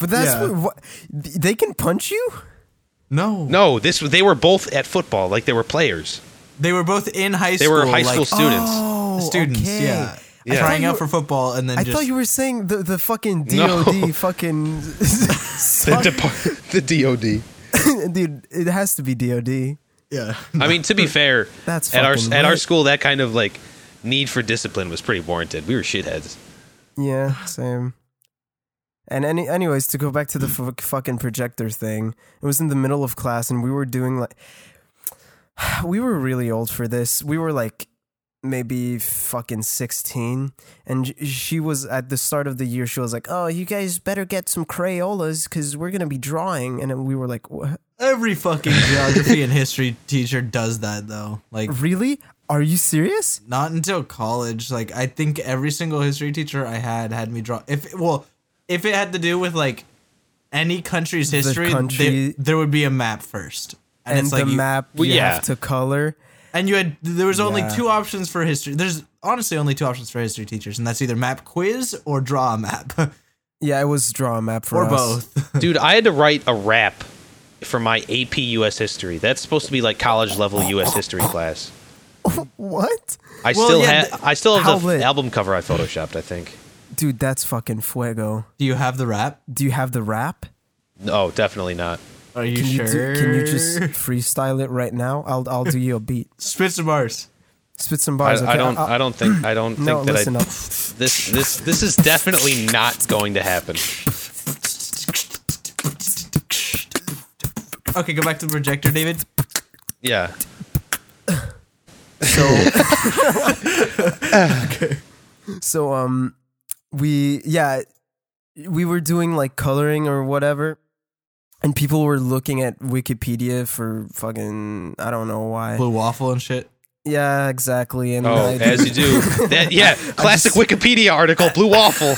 B: But that's
C: Yeah.
B: what, what they can punch you?
C: [LAUGHS] no,
D: No, this they were both at football. Like they were players.
C: They were both in high
D: They
C: school.
D: were high
C: like,
D: school students.
B: Oh,
C: students.
B: okay.
C: Yeah.
D: Yeah. I
C: Trying
B: thought
C: out
B: you-
C: for football and then
B: I
C: just
B: thought you were saying the, the fucking
D: [LAUGHS] No.
B: DOD fucking
D: [LAUGHS] The,
B: suck-
D: depart- [LAUGHS] the DOD.
B: [LAUGHS] dude, it has to be DOD.
C: yeah. [LAUGHS]
D: I
B: [LAUGHS]
D: mean, to be fair,
B: That's
D: at our
B: fucking
D: at our
B: right.
D: school that kind of like need for discipline was pretty warranted. We were shitheads.
B: Yeah, same. And any, anyways, to go back to the
D: Mm.
B: f- fucking projector thing, it was in the middle of class, and we were doing like, [SIGHS] we were really old for this. We were like maybe fucking sixteen, and sh- she was at the start of the year. She was like, "Oh, you guys better get some Crayolas because we're gonna be drawing." And then we were like, what?
C: Every fucking geography and history teacher does that though. Like
B: "Really? Are you serious?"
C: not until college. Like I think every single history teacher I had had me draw. If well, if it had to do with like any country's history,
B: country-
C: there, there would be a map first, and,
B: And
C: it's like
B: the
C: you-
B: map
D: Well,
B: you
D: yeah.
B: have to color.
C: and you had there was only
B: Yeah.
C: two options for history. There's honestly only two options for history teachers, and that's either map quiz or draw a map [LAUGHS]
B: Yeah, it was draw a map for
C: or
B: us.
C: both.
D: Dude, I had to write a rap for my AP U.S. history. That's supposed to be like college level U.S. history class.
B: What?
D: I
C: Well,
D: still
C: yeah,
D: have I still
B: how
D: have the
B: lit.
D: f- album cover I photoshopped. I think.
B: Dude, that's fucking fuego.
C: Do you have the rap?
B: Do you have the rap?
D: No, definitely not.
C: Are you
B: Can you,
C: sure?
B: do, can you just freestyle it right now? I'll I'll do you a
D: [LAUGHS]
B: beat.
C: spit some bars?
B: Spit some
D: I,
B: bars. okay?
D: I don't.
B: I'll-
D: I don't think.
B: [CLEARS THROAT]
D: I don't
B: uh, no,
D: think that
B: listen
D: I.
B: up.
D: [LAUGHS] This this this is definitely not going to happen.
C: Okay, go back to the projector, David.
D: Yeah.
B: So um, we yeah, we were doing like coloring or whatever, and people were looking at Wikipedia for fucking I don't know why.
C: Blue waffle and shit.
B: Yeah, exactly. And
D: Oh,
B: I-
D: [LAUGHS] as you do. That yeah, classic Wikipedia article, blue waffle.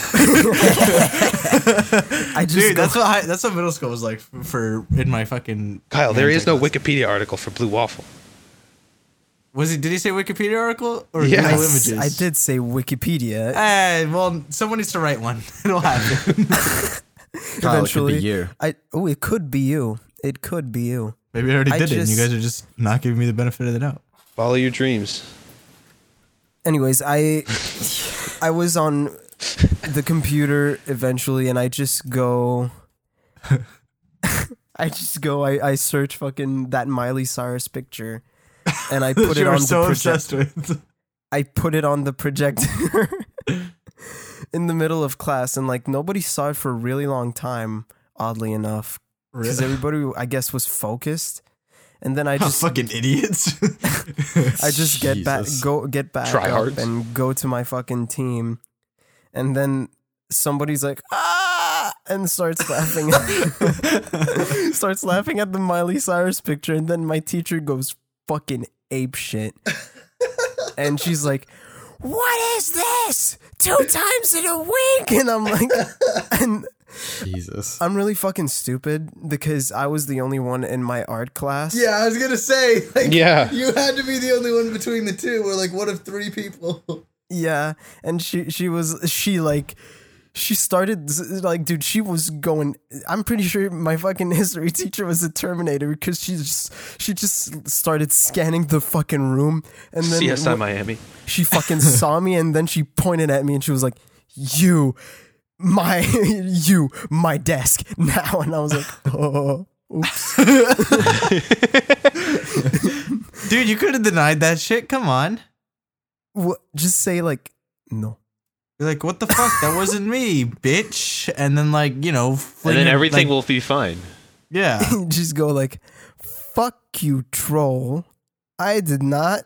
B: [LAUGHS] I just
C: Dude,
B: go-
C: that's what I, that's what middle school was like for, for in my fucking.
D: Kyle, there is no
C: Wikipedia.
D: Wikipedia article for Blue Waffle.
C: Was it? Did he say Wikipedia article or
D: Yes.
C: Google
B: I s-
C: Images?
B: I did say Wikipedia.
C: Hey, well, someone needs to write one. [LAUGHS] It'll happen.
E: Kyle, it could be
B: eventually,
E: you.
B: I oh, it could be you. It could be you.
C: Maybe I already
B: I
C: did it. And you
B: just-
C: guys are just not giving me the benefit of the doubt.
D: Follow your dreams.
B: Anyways, I I was on the computer eventually, and I just go. [LAUGHS] I just go. I, I search fucking that Miley Cyrus picture, and I put it
C: [LAUGHS] you
B: on
C: are
B: the
C: so
B: projector.
C: obsessed with.
B: I put it on the projector [LAUGHS] in the middle of class, and like nobody saw it for a really long time. Oddly enough, because everybody, I guess, was focused. And then I
C: Oh,
B: just,
C: fucking idiots.
B: I just get back,
E: Jesus.
B: go get back
D: Tryhards.
B: up and go to my fucking team, and then somebody's like ah, and starts laughing, starts laughing at the Miley Cyrus picture, and then my teacher goes fucking ape shit, and she's like. What is this? Two times in a week, and I'm like, [LAUGHS] and
E: Jesus.
B: I'm really fucking stupid because I was the only one in my art class.
C: I was gonna say. Like,
D: Yeah.
C: You had to be the only one between the two, or like one of three people.
B: Yeah, and she she was she like she started z- like dude she was going I'm pretty sure my fucking [LAUGHS] history teacher was a terminator because she just she just started scanning the fucking room and then
D: CSI Miami.
B: she fucking saw me and then she pointed at me and she was like you my [LAUGHS] you my desk [LAUGHS] now and I was like [LAUGHS] oh oops
C: Dude, you could have denied that shit. Come on.
B: Wha- just say like no [LAUGHS]
C: You're like, what the fuck? That wasn't me, bitch. And then like, you know,
D: And
C: fling
D: then
C: it,
D: everything
C: like-
D: will be fine.
C: [LAUGHS] Yeah.
B: just go like, "Fuck you, troll! I did not."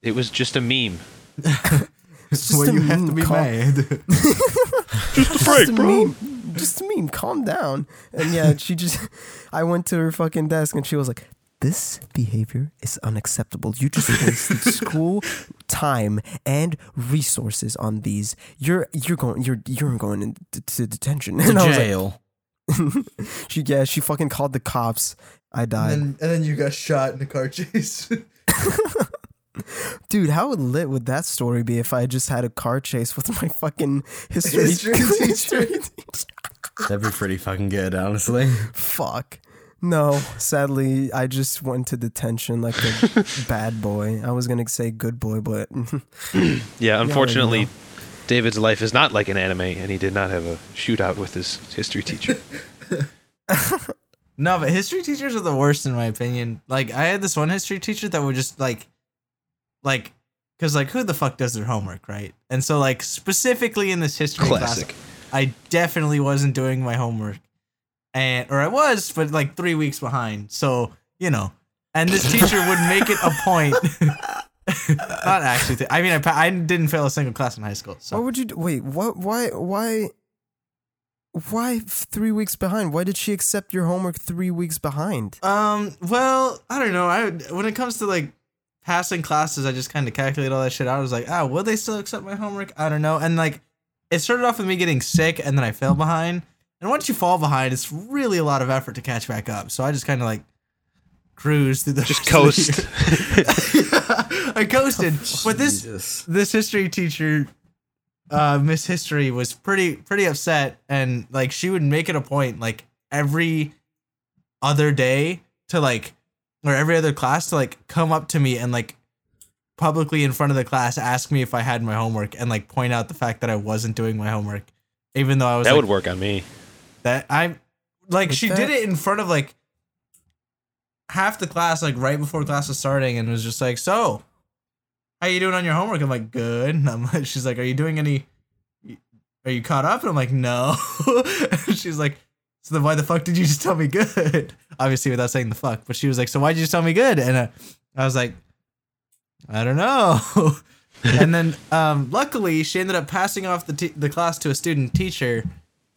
D: It was just a meme.
B: It's just a meme. calm,
C: mad.
B: just a meme. Just a meme. Calm down. And yeah, [LAUGHS] she just. I went to her fucking desk and she was like, "This behavior is unacceptable. You just
C: [LAUGHS]
B: wasted school time and resources on these. You're you're going you're you're going into to detention." [LAUGHS] And I was like,
E: Jail.
B: "She yeah, she fucking called the cops." I died.
C: [LAUGHS] and then you got shot in a car chase. [LAUGHS]
B: Dude, how lit would that story be if I just had a car chase with my fucking history,
C: History
B: [LAUGHS]
C: teacher.
B: history teacher?
E: That'd be pretty fucking good, honestly.
B: Fuck. No, sadly, I just went to detention like
D: [LAUGHS]
B: a bad boy. I was gonna say good boy, but [LAUGHS]
D: Yeah, unfortunately,
B: know.
D: David's life is not like an anime, and he did not have a shootout with his history teacher.
C: no, but history teachers are the worst in my opinion. Like I had this one history teacher that would just like like cuz like who the fuck does their homework, right? And so like specifically in this history
D: Classic.
C: class, I definitely wasn't doing my homework. And or I was, but like 3 weeks behind. So, you know, and this teacher would make it a point [LAUGHS] not actually. th- I mean, I, pa- I didn't fail a single class in high school. So
B: what would you do? Wait, what? Why? Why? Why f- three weeks behind? Why did she accept your homework three weeks behind?
C: Um. Well, I don't know. I when it comes to like passing classes, I just kind of calculate all that shit out. I was like, ah, will they still accept my homework? I don't know. And like, it started off with me getting sick, and then I fell behind. And once you fall behind, it's really a lot of effort to catch back up. So I just kind of like cruised through the
D: [LAUGHS] Just
C: rest of
D: [LAUGHS] coast.
C: the year. [LAUGHS] I coasted, but this
E: Jesus.
C: this history teacher uh miss history was pretty pretty upset and like she would make it a point like every other day to like or every other class to like come up to me and like publicly in front of the class ask me if i had my homework and like point out the fact that i wasn't doing my homework even though i was
D: that
C: like,
D: would work on me.
C: that I like
B: Like
C: she
B: that?
C: did it in front of like half the class like right before class was starting and was just like, "So, how you doing on your homework?" I'm like, "Good." [LAUGHS] And I'm like, she's like, "Are you doing any are you caught up?" And I'm like, "No." [LAUGHS] And she's like, "So then why the fuck did you just tell me good?" [LAUGHS] Obviously without saying the fuck, but she was like, "So why did you just tell me good?" And uh, I was like, "I don't know." [LAUGHS] and then um, luckily she ended up passing off the t- the class to a student teacher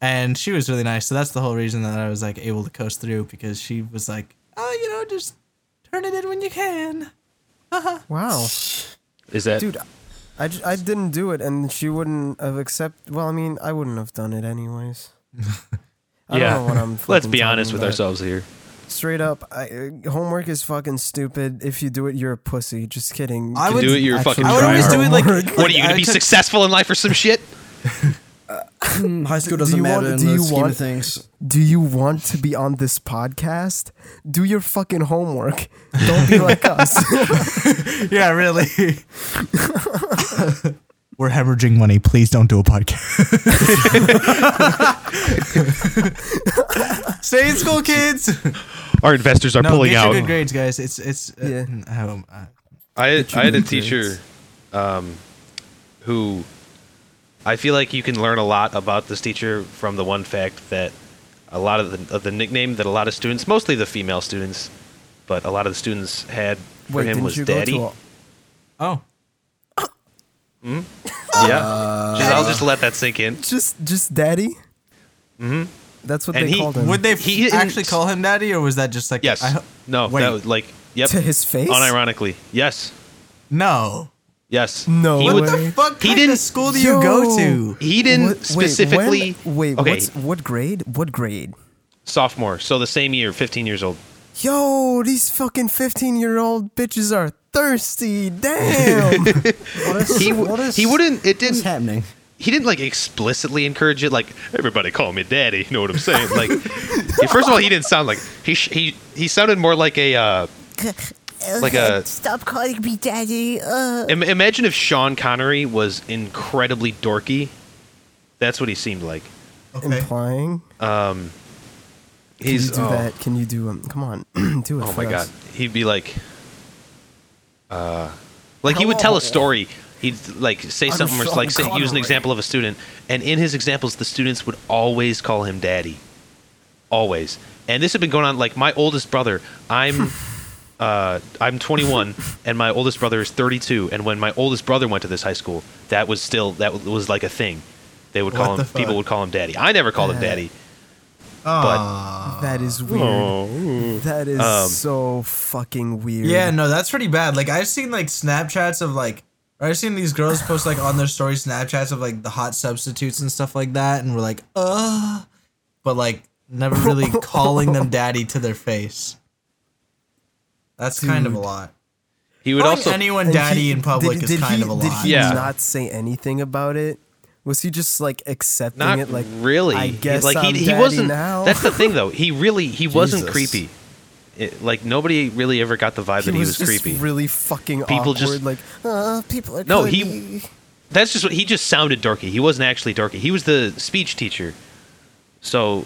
C: and she was really nice so that's the whole reason that i was like able to coast through because she was like oh you know just turn it in when you can
B: Wow,
D: Is that
B: dude, I, j- I didn't do it, and she wouldn't have accept. Well, I mean, I wouldn't have done it
D: [LAUGHS]
B: anyways. I
D: Yeah.
B: don't know what I'm.
D: [LAUGHS] Let's
B: fucking
D: be honest
B: talking
D: with
B: about.
D: ourselves here.
B: Straight up, I, uh, homework is fucking stupid. If you do it, you're a pussy. Just kidding.
E: I
D: You
E: would-
D: do it, you're a
B: actually
D: fucking
E: I would always do
D: tryhard.
E: it like,
B: What
E: like
D: What are you gonna
E: I
D: be
E: took-
D: successful in life or some shit?
E: High school doesn't
B: you
E: matter
B: want-
E: in
B: do
E: the
B: you
E: scheme
B: want-
E: of things.
B: Do you want to be on this podcast? Do your fucking homework. Don't be
D: [LAUGHS]
B: like us.
C: yeah, really. We're hemorrhaging money. Please don't do a podcast. Stay in school, kids.
D: Our investors are
C: No,
D: pulling
C: get
D: out.
C: your good grades, guys. It's it's. Uh,
B: Yeah.
C: I don't- I-
D: I had, I had a
B: Achievement
D: teacher
B: grades.
D: um, who I feel like you can learn a lot about this teacher from the one fact that a lot of the, of the nickname that a lot of students, mostly the female students, but a lot of the students had for him was Daddy.
C: oh,
D: yeah. Just- I'll just let that sink in.
B: uh, just just daddy? Mm-hmm. That's what
D: And
B: they
D: he-
B: called him.
C: would they f-
D: He didn't-
C: actually call him daddy, or was that just like?
D: Yes.
C: I ho-
D: no,
C: Wait.
D: that was like, yep.
B: to his face?
D: Unironically. Yes.
C: no.
D: Yes.
B: No
D: He
B: What
D: would,
B: the
C: The fuck
D: He
C: kind
D: didn't-
C: of school do you go to?
D: He didn't specifically.
B: Wait, when, wait
D: okay.
B: what's, what grade? What grade?
D: Sophomore. So the same year, 15 years old.
B: Yo, these fucking 15 year old bitches are thirsty. Damn.
D: [LAUGHS]
E: What is,
D: He, w-
E: what is,
D: he wouldn't. It
E: What's
D: didn't
E: happening?
D: he didn't like explicitly encourage it like everybody call me daddy you know what i'm saying
F: [LAUGHS]
D: like yeah, first of all he didn't sound like he sh- he he sounded more like a uh like a
F: [LAUGHS] Stop calling me daddy. Uh,
D: im- imagine if sean connery was incredibly dorky that's what he seemed like
C: Okay.
B: Implying? Can you
D: he's
B: do
D: oh,
B: that? Can you do it? Come on. [CLEARS THROAT] do it.
D: oh
B: for
D: my god
B: us.
D: he'd be like uh like he would tell a story he'd like say
B: I'm
D: something or
B: Sean
D: like say, use an
B: Connery.
D: example of a student and in his examples the students would always call him daddy always and this had been going on like my oldest brother
C: [LAUGHS]
D: i'm uh, i'm 21 and my oldest brother is 32 and when my oldest brother went to this high school that was still that was like a thing they would call
C: What
D: him
C: the
D: people
C: fuck?
D: would call him daddy i never called him
B: Yeah.
D: daddy
C: Aw.
B: That is weird.
D: Oh.
B: That is
D: Um,
B: so fucking weird.
C: Yeah, no, that's pretty bad. Like I've seen like Snapchats of like or I've seen these girls post like on their story Snapchats of like the hot substitutes and stuff like that, and we're like, uh but like never
B: [LAUGHS]
C: really calling them daddy to their face. That's kind of a lot.
D: he would
C: Calling
D: also
C: anyone
B: And
C: daddy
B: he-
C: in public
B: did-
C: is
B: did he-
C: kind of a
B: Did
C: lot.
B: he
D: Yeah.
B: not say anything about it? Was he just like accepting
D: not
B: it? Like
D: really
B: I
D: He-
B: guess
D: like
B: I'm
D: he, he
B: daddy
D: wasn't
B: now.
D: that's the thing though he really
B: [LAUGHS]
D: he wasn't
E: Jesus.
D: creepy It- like nobody really ever got the vibe that he was
B: just
D: creepy
B: really fucking
D: People
B: awkward.
D: just-
B: like
F: uh, people are
D: No,
F: calling
D: he-
F: me.
D: that's just what he just sounded dorky he wasn't actually dorky he was the speech teacher so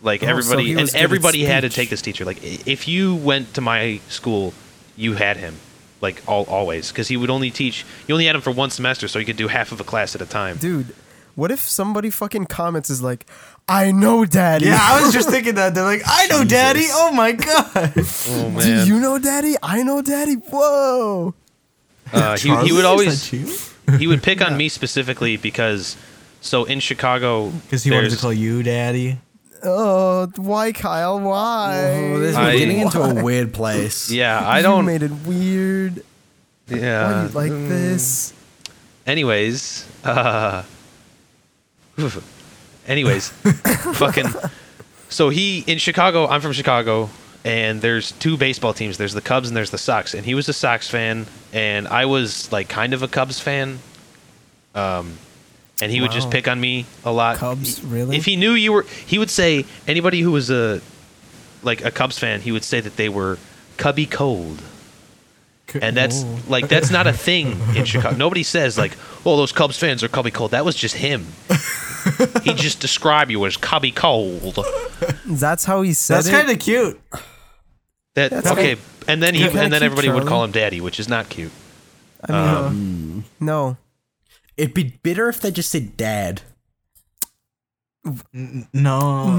D: like
B: Oh, so he
D: everybody
B: was
D: and
B: good at
D: everybody had to
B: speech.
D: take this teacher like i- if you went to my school you had him like all always because he would only teach you only had him for one semester so you could do half of a class at
B: [LAUGHS]
D: a time
B: dude, what if somebody fucking comments is like, I know daddy.
C: Yeah, I was just thinking that. They're like, I know daddy. Oh my god.
D: oh
B: [LAUGHS] Do you know daddy? I know daddy. Whoa.
D: uh, he, he
C: Charlie,
D: would
C: is
D: always
C: that you?
D: [LAUGHS] he would pick on me specifically because so in Chicago
C: Because he wanted to
D: there's-
C: call you daddy.
B: Oh, why, Kyle? Why?
E: Well, this, we're
D: I-
E: getting into a weird place.
D: Yeah, I
B: You
C: [LAUGHS]
D: don't. Uh,
B: made it weird. Why
D: yeah.
B: you like this?
D: anyways, uh,
B: [LAUGHS]
D: anyways, fucking. So he in Chicago. I'm from Chicago, and there's two baseball teams. There's the Cubs and there's the Sox. And he was a Sox fan, and I was like kind of a Cubs fan. Um, and he would just
B: Wow.
D: pick on me a lot.
B: Cubs,
D: He-
B: really?
D: If he knew you were, he would say anybody who was a like a Cubs fan, he would say that they were cubby cold. And that's like that's not a thing in Chicago. Nobody says like, "Oh, those Cubs fans are cubby cold." That was just him. he just described you as cubby cold.
B: That's how he said
C: That's
B: it.
C: kind of cute.
D: That okay. And then he
B: Kinda
D: and then
B: cute,
D: everybody would call
B: Charlie.
D: him daddy, which is not cute.
B: I mean,
D: Uh,
B: no.
E: It'd be better if they just said dad.
C: No.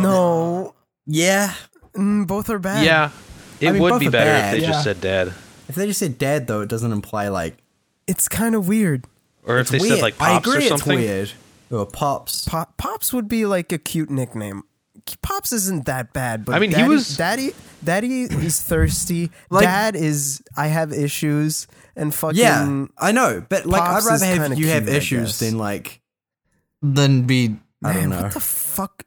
B: No.
E: Yeah.
B: Mm, both are bad.
D: Yeah, it
E: I mean,
D: would
E: both
D: be
E: are
D: better
E: bad.
D: if they
C: Yeah.
D: just said dad,
E: If they just said dad, though, it doesn't imply like.
B: It's kind of weird.
D: or if they
E: weird.
D: said like
E: I
D: pops
E: agree
D: or something.
E: It's weird. Or pops.
B: Pop- Pops would be like a cute nickname. Pops isn't that bad, but
D: I mean, he
B: Daddy,
D: was-
B: Daddy. Daddy is thirsty.
E: Like-
B: Dad is. I have issues and fucking.
E: Yeah, I know, but like
B: Pops
E: I'd rather
B: is
E: have
B: kinda
E: you have
B: cute, I
E: issues
B: guess.
E: than like
C: Then be
E: I
B: Man,
E: don't know.
B: what the fuck?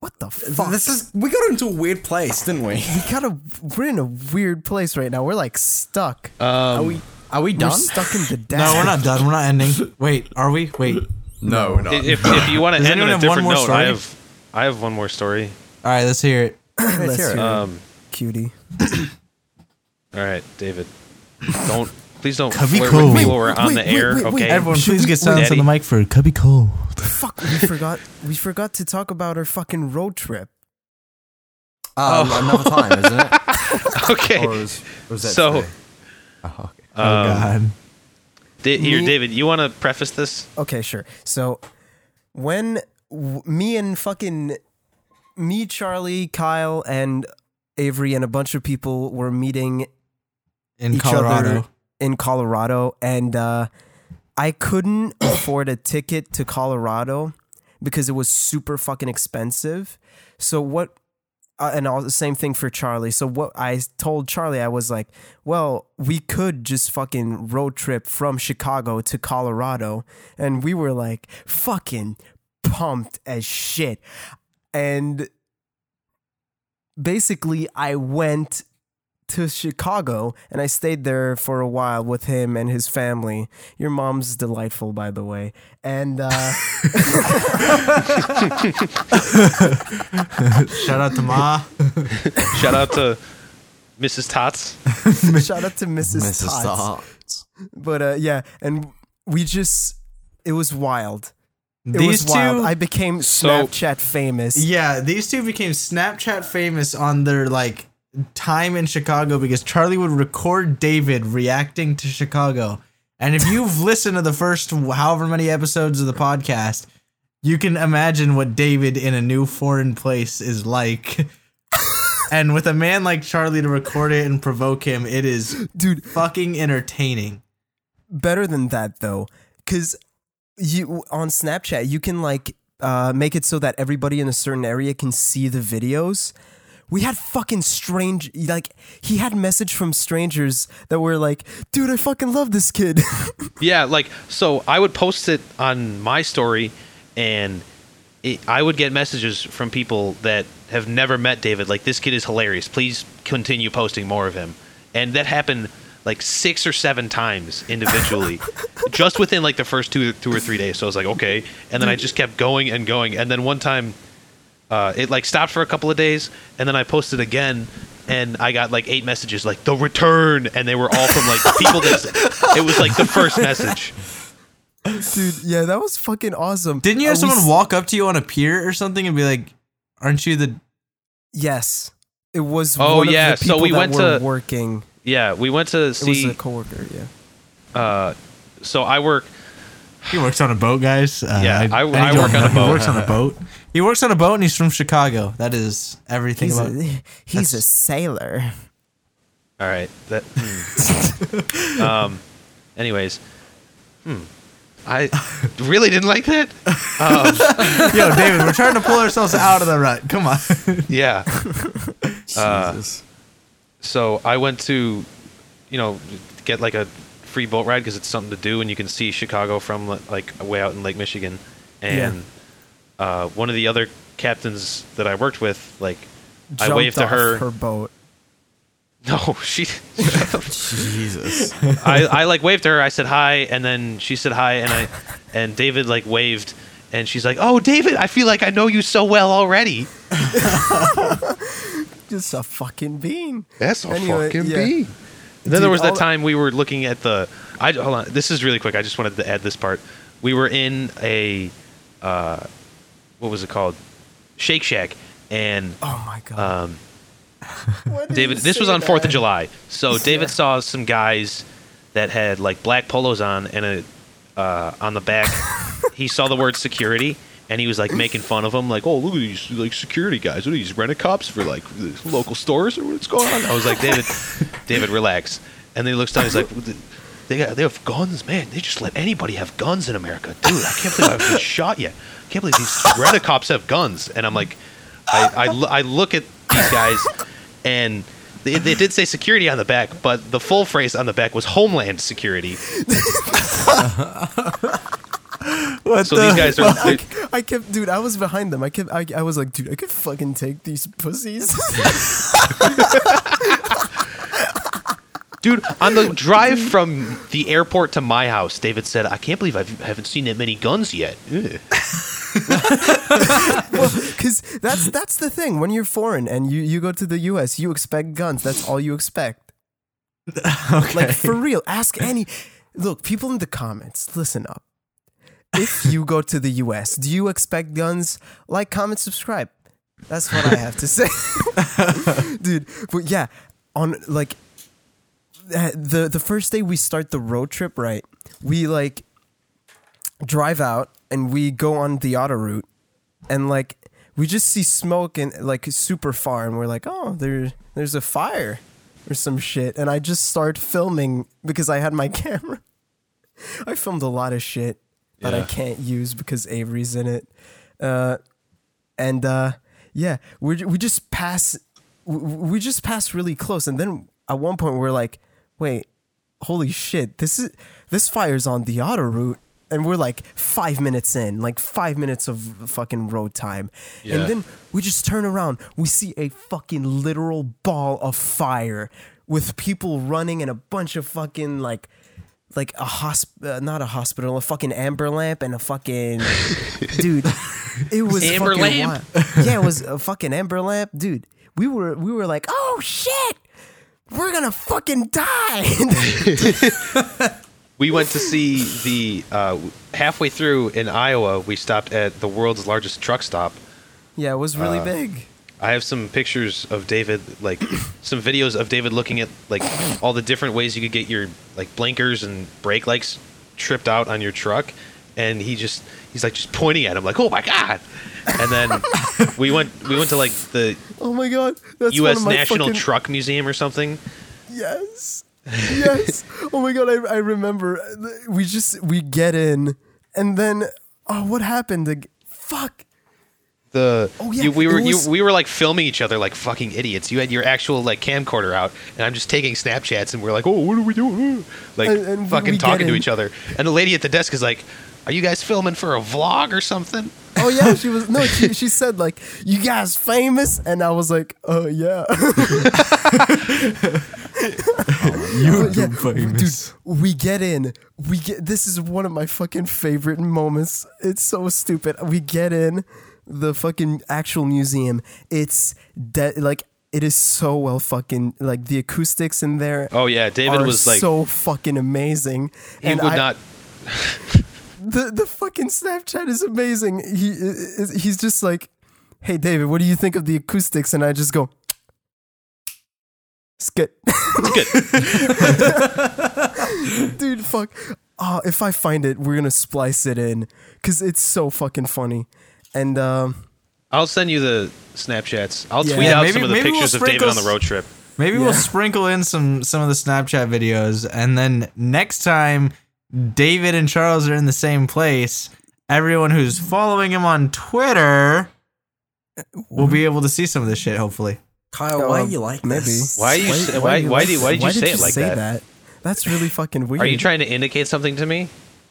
B: What the fuck?
E: This is we got into a weird place, didn't we?
B: we gotta. We're in a weird place right now. We're like stuck.
E: are we are we
B: we're
E: done?
B: stuck in the dad.
C: No, we're not done. We're not ending. [LAUGHS] Wait, are we? Wait.
E: No, we're not.
D: If, if you want to
C: Does
D: end
C: anyone
D: on a
C: have one
D: different
C: more
D: note, I
C: story?
D: have I have one more story.
C: All right, let's hear it.
B: Let's hear
E: hear it.
B: it.
D: Um,
B: cutie.
D: all right, David, don't please don't
C: Cubby
D: flirt
C: Cole.
D: with me while we're on
B: Wait,
D: the
B: wait,
D: air.
B: wait, wait,
D: okay,
C: Everyone,
B: should
C: please
B: we-
C: get silence on the mic for Cubby Cole.
B: Fuck, we forgot. We forgot to talk about our fucking road trip.
E: Um, another time, isn't
D: [LAUGHS]
E: it?
D: okay.
E: Or is, or is that
D: So-
E: today? Oh, okay.
C: Oh God.
D: Da- here,
B: Me-
D: David, you want to preface this?
B: Okay, sure. So when w- me and fucking me, Charlie, Kyle, and Avery, and a bunch of people were meeting
C: In
B: each
C: Colorado.
B: other in Colorado, and uh, I couldn't [COUGHS] afford a ticket to Colorado because it was super fucking expensive. So what? Uh, and all the same thing for Charlie. So what I told Charlie, I was like, "Well, we could just fucking road trip from Chicago to Colorado," and we were like, "Fucking pumped as shit," and basically, I went to Chicago and I stayed there for a while with him and his family. Your mom's delightful, by the way. And uh, [LAUGHS]
C: Shout out to Ma.
D: Shout out to Mrs. Tots.
B: shout out to Mrs.
E: Mrs.
B: Tots.
E: Starts.
B: But uh, yeah, and we just, it was wild. It
C: These
B: was wild.
C: two.
B: I became
D: So-
B: Snapchat famous.
C: yeah, these two became Snapchat famous on their like time in Chicago because Charlie would record David reacting to Chicago. And if [LAUGHS] you've listened to the first however many episodes of the podcast, you can imagine what David in a new foreign place is [LAUGHS] like. and with a man like Charlie to record it and provoke him, it is
B: Dude,
C: fucking entertaining.
B: better than that though because you on snapchat you can like uh, make it so that everybody in a certain area can see the videos we had fucking strange like he had message from strangers that were like dude i fucking love this kid [LAUGHS]
D: Yeah, like so I would post it on my story and it, I would get messages from people that have never met David like this kid is hilarious. Please continue posting more of him. And that happened like 6 or 7 times individually just within like the first 2 2 or 3 days. So I was like, okay. And then I just kept going and going and then one time uh, it like stopped for a couple of days and then I posted again and I got like eight messages like the return and they were all from like
B: [LAUGHS]
D: people that it was like the first message.
B: dude yeah that was fucking awesome
C: Didn't you have
B: Uh, we
C: someone
B: s-
C: walk up to you on a pier or something and be like, "Aren't you the
B: yes it was
D: Oh,
B: Oh
D: yeah,
B: yeah
D: so
B: the people
D: we
B: that
D: went
B: were
D: to
B: working
D: Yeah, we went to
B: it was
D: see uh,
B: a coworker yeah
D: so I work
C: He works on a boat, guys. Uh,
D: Yeah, I-
C: need
D: I
C: y'all
D: work
C: to
D: on a
C: know
D: boat.
C: He works on a boat. He works on a boat, and he's from Chicago. That is everything
B: he's
C: about.
B: a, he's a sailor
D: all right. That hmm.
B: [LAUGHS]
D: um anyways. Hmm.
B: [LAUGHS]
D: I really didn't like that.
C: [LAUGHS] Yo, David, we're trying to pull ourselves out of the rut. Come on.
E: [LAUGHS]
D: Yeah. Uh,
E: Jesus.
D: so I went to, you know, get like a free boat ride because it's something to do, and you can see Chicago from li- like way out in Lake Michigan. And uh, one of the other captains that I worked with, like, [LAUGHS] I
B: Jumped
D: waved to
B: off
D: her.
B: her boat
D: No, she. [LAUGHS]
E: Jesus.
D: I, I like waved to her. I said hi, and then she said hi, and I, and David like waved, and she's like, "Oh, David, I feel like I know you so well already."
B: just a fucking bean
D: That's a
B: Anyway, fucking yeah. bee.
D: And then there
B: Dude,
D: was that
B: all-
D: time we were looking at the. I hold on. This is really quick. I just wanted to add this part. We were in a, uh, what was it called, Shake Shack, and
B: oh my god [LAUGHS]
D: um,
B: Why did
D: David.
B: you
D: This was
B: say
D: on Fourth of
B: that?
D: July, so David saw some guys that had like black polos on and a uh, on
B: [LAUGHS]
D: the back. he saw the word security, and he was like making fun of them, like, "Oh, look at these like security guys. What are these rent a cops for like the local stores or what's going on?" I was
B: [LAUGHS]
D: like, "David, David, relax." And then he looks down. He's like. They, got, they have guns, man. They just let anybody have guns
B: [LAUGHS]
D: in America, dude. I can't believe I've been shot yet. I can't believe these rent a cops have guns. And I'm like, I, I, lo- I look at these guys, and they, they did say security on the back, but the full phrase on the back was Homeland Security.
E: What
D: So these guys are they're-
B: [LAUGHS] I kept, dude. I was behind them. I kept. I, I was like, dude, I could fucking take these pussies. [LAUGHS]
D: Dude, on the drive from the airport to my house, David said, "I can't believe I haven't seen that many guns yet." Ugh.
B: [LAUGHS] Because that's that's the thing. When you're foreign and you you go to the U.S., you expect guns. That's all you expect.
E: okay.
B: Like for real. Ask any. Look, people in the comments, listen up. If you go to the U.S., do you expect guns? Like, comment, subscribe. That's what I have to say, [LAUGHS] dude. But yeah, on like uh, the the first day we start the road trip, right? We like drive out and we go on the auto route and like we just see smoke and like super far and we're like oh there there's a fire or some shit and i just start filming because i had my [LAUGHS] camera i filmed a lot of shit that i
E: Yeah.
B: can't use because avery's in it uh and uh yeah we we just pass we, we just pass really close and then at one point we're like wait holy shit this is this fire's on the auto route and we're like five minutes in like five minutes of fucking road time
D: Yeah.
B: and then we just turn around we see a fucking literal ball of fire with people running and a bunch of fucking like like a hospital, uh, not a hospital, a fucking amber lamp and a
D: [LAUGHS]
B: fucking dude. It was
D: Amber
B: fucking
D: lamp?
B: wild. Yeah, it was a fucking amber lamp, dude. We were we were like, oh shit, we're gonna fucking die. [LAUGHS]
D: We went to see the uh, halfway through in Iowa. We stopped at the world's largest truck stop.
B: yeah, it was really big.
D: I have some pictures of David,
B: [COUGHS]
D: like some videos of David looking at like all the different ways you could get your like blinkers and brake lights tripped out on your truck, and he just he's like just pointing at him like, "Oh my god!" And
B: [LAUGHS]
D: then we went we went to like the
B: Oh my god, that's one
D: U.S.
B: of my
D: National
B: fucking-
D: Truck Museum or something.
B: Yes. Yes. oh my god, I, I remember. We just we get in, and then oh, what happened? Ag- Fuck.
D: The
B: Oh, yeah,
D: you, we
B: it
D: were
B: was-
D: you, we were like filming each other like fucking idiots. You had your actual like camcorder out, and I'm just taking Snapchats, and we're like, "Oh, what are we doing?" [GASPS] Like
B: And- and
D: fucking
B: we get
D: talking to
B: in.
D: each other. And the lady at the desk is like, "Are you guys filming for a vlog or something?"
B: [LAUGHS] Oh yeah, she was no.
E: [LAUGHS]
B: She, she said like, "You guys famous," and I was like, "Oh yeah, [LAUGHS]
E: you
B: yeah,
E: famous.
B: dude." We get in. We get. This is one of my fucking favorite moments. It's so stupid. We get in the fucking actual museum. It's de- like it is so well fucking like the acoustics in there.
D: Oh yeah, David
B: are
D: was like,
B: so fucking amazing.
D: he would
B: I- [LAUGHS]
D: not.
B: the the fucking Snapchat is amazing. He is he's just like, "Hey David, what do you think of the acoustics?" And I just go, "It's good,
D: It's good.
B: [LAUGHS] dude. Fuck. Oh, if I find it, we're gonna splice it in because it's so fucking funny." And um,
D: I'll send you the Snapchats. I'll
B: Yeah.
D: tweet
B: Yeah,
D: out
C: maybe-
D: some of the
C: maybe we'll
D: pictures of David
C: sprinkle
D: on the
C: s-
D: road trip.
C: [LAUGHS] Maybe
B: Yeah.
C: we'll sprinkle in some some of the Snapchat videos, and then next time David and Charles are in the same place, everyone who's following him on Twitter will be able to see some of this shit. Hopefully,
E: Kyle, why
B: um,
E: are you like
B: maybe.
E: this?
D: Why you say- why- why did- why did you say it like that?
B: That's really fucking weird.
D: Are you trying to indicate something to me?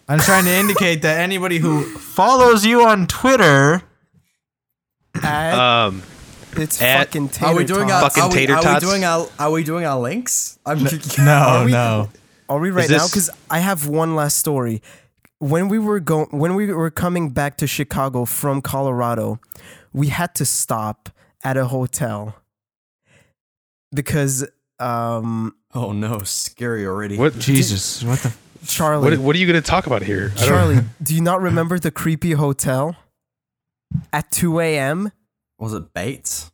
C: I'm trying to indicate that anybody who follows you on Twitter,
B: At,
D: Um,
B: it's
D: at-
B: fucking. Tater
E: Are we doing our
D: Fucking
E: are we,
D: tater
E: are
D: tots.
E: we doing our are we doing our links? I'm [LAUGHS]
B: [LAUGHS]
C: no,
B: we-
C: no,
B: Are we right now? 'Cause now?
D: this-
B: Because I have one last story. When we were going, when we were coming back to Chicago from Colorado, we had to stop at a hotel because um,
E: Oh no, scary already.
C: Jesus, what the?
B: Charlie,
D: what are you going to talk about here? [LAUGHS]
B: Charlie, do you not remember the creepy hotel at two a.m.?
E: Was it Bates?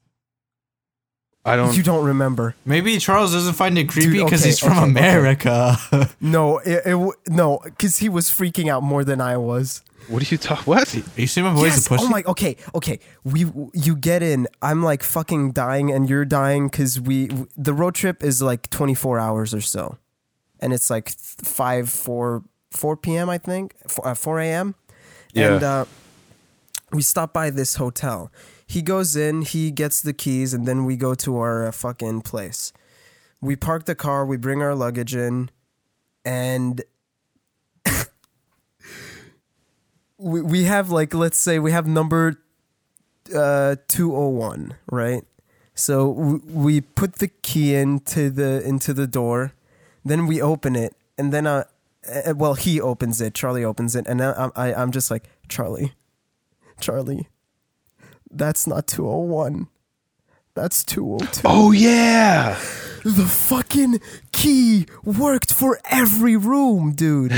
D: I don't.
B: You don't remember?
C: Maybe Charles doesn't find it creepy
B: Dude,
C: because
B: okay,
C: he's from
B: okay, okay.
C: America. [LAUGHS]
B: No, it, it w- no, because he was freaking out more than I was.
D: What do you talk? What?
C: you see my voice?
B: Yes,
C: Yes, push
B: Oh my. Okay. Okay. We. You get in. I'm like fucking dying, and you're dying because we. The road trip is like 24 hours or so, and it's like th- five, four, four p.m. I think, four, uh, four a.m.
D: Yeah.
B: And uh, we stop by this hotel. He goes in, he gets the keys, and then we go to our uh, fucking place. We park the car, we bring our luggage in, and we, we have, like, let's say we have number uh, 201, right? So w- we put the key into the into the door, then we open it, and then uh, uh, well, he opens it, Charlie opens it, and I, I I'm just like Charlie, Charlie, that's not 201. That's 202.
D: Oh yeah.
B: The fucking key worked for every room, dude.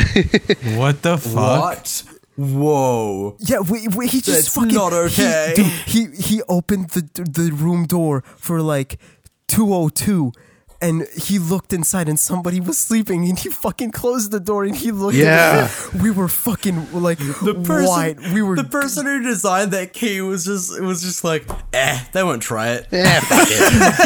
C: What the fuck?
E: What? Whoa.
B: Yeah, we, we, he just
E: That's
B: fucking
E: not
B: he-
E: okay.
B: dude, He, he opened the the room door for like 202 and he looked inside and somebody was sleeping and he fucking closed the door and he looked
D: Yeah.
B: at we were fucking like the white. We were
E: the person who designed that key was just it was just like, eh, they won't try it.
D: Yeah, fuck it.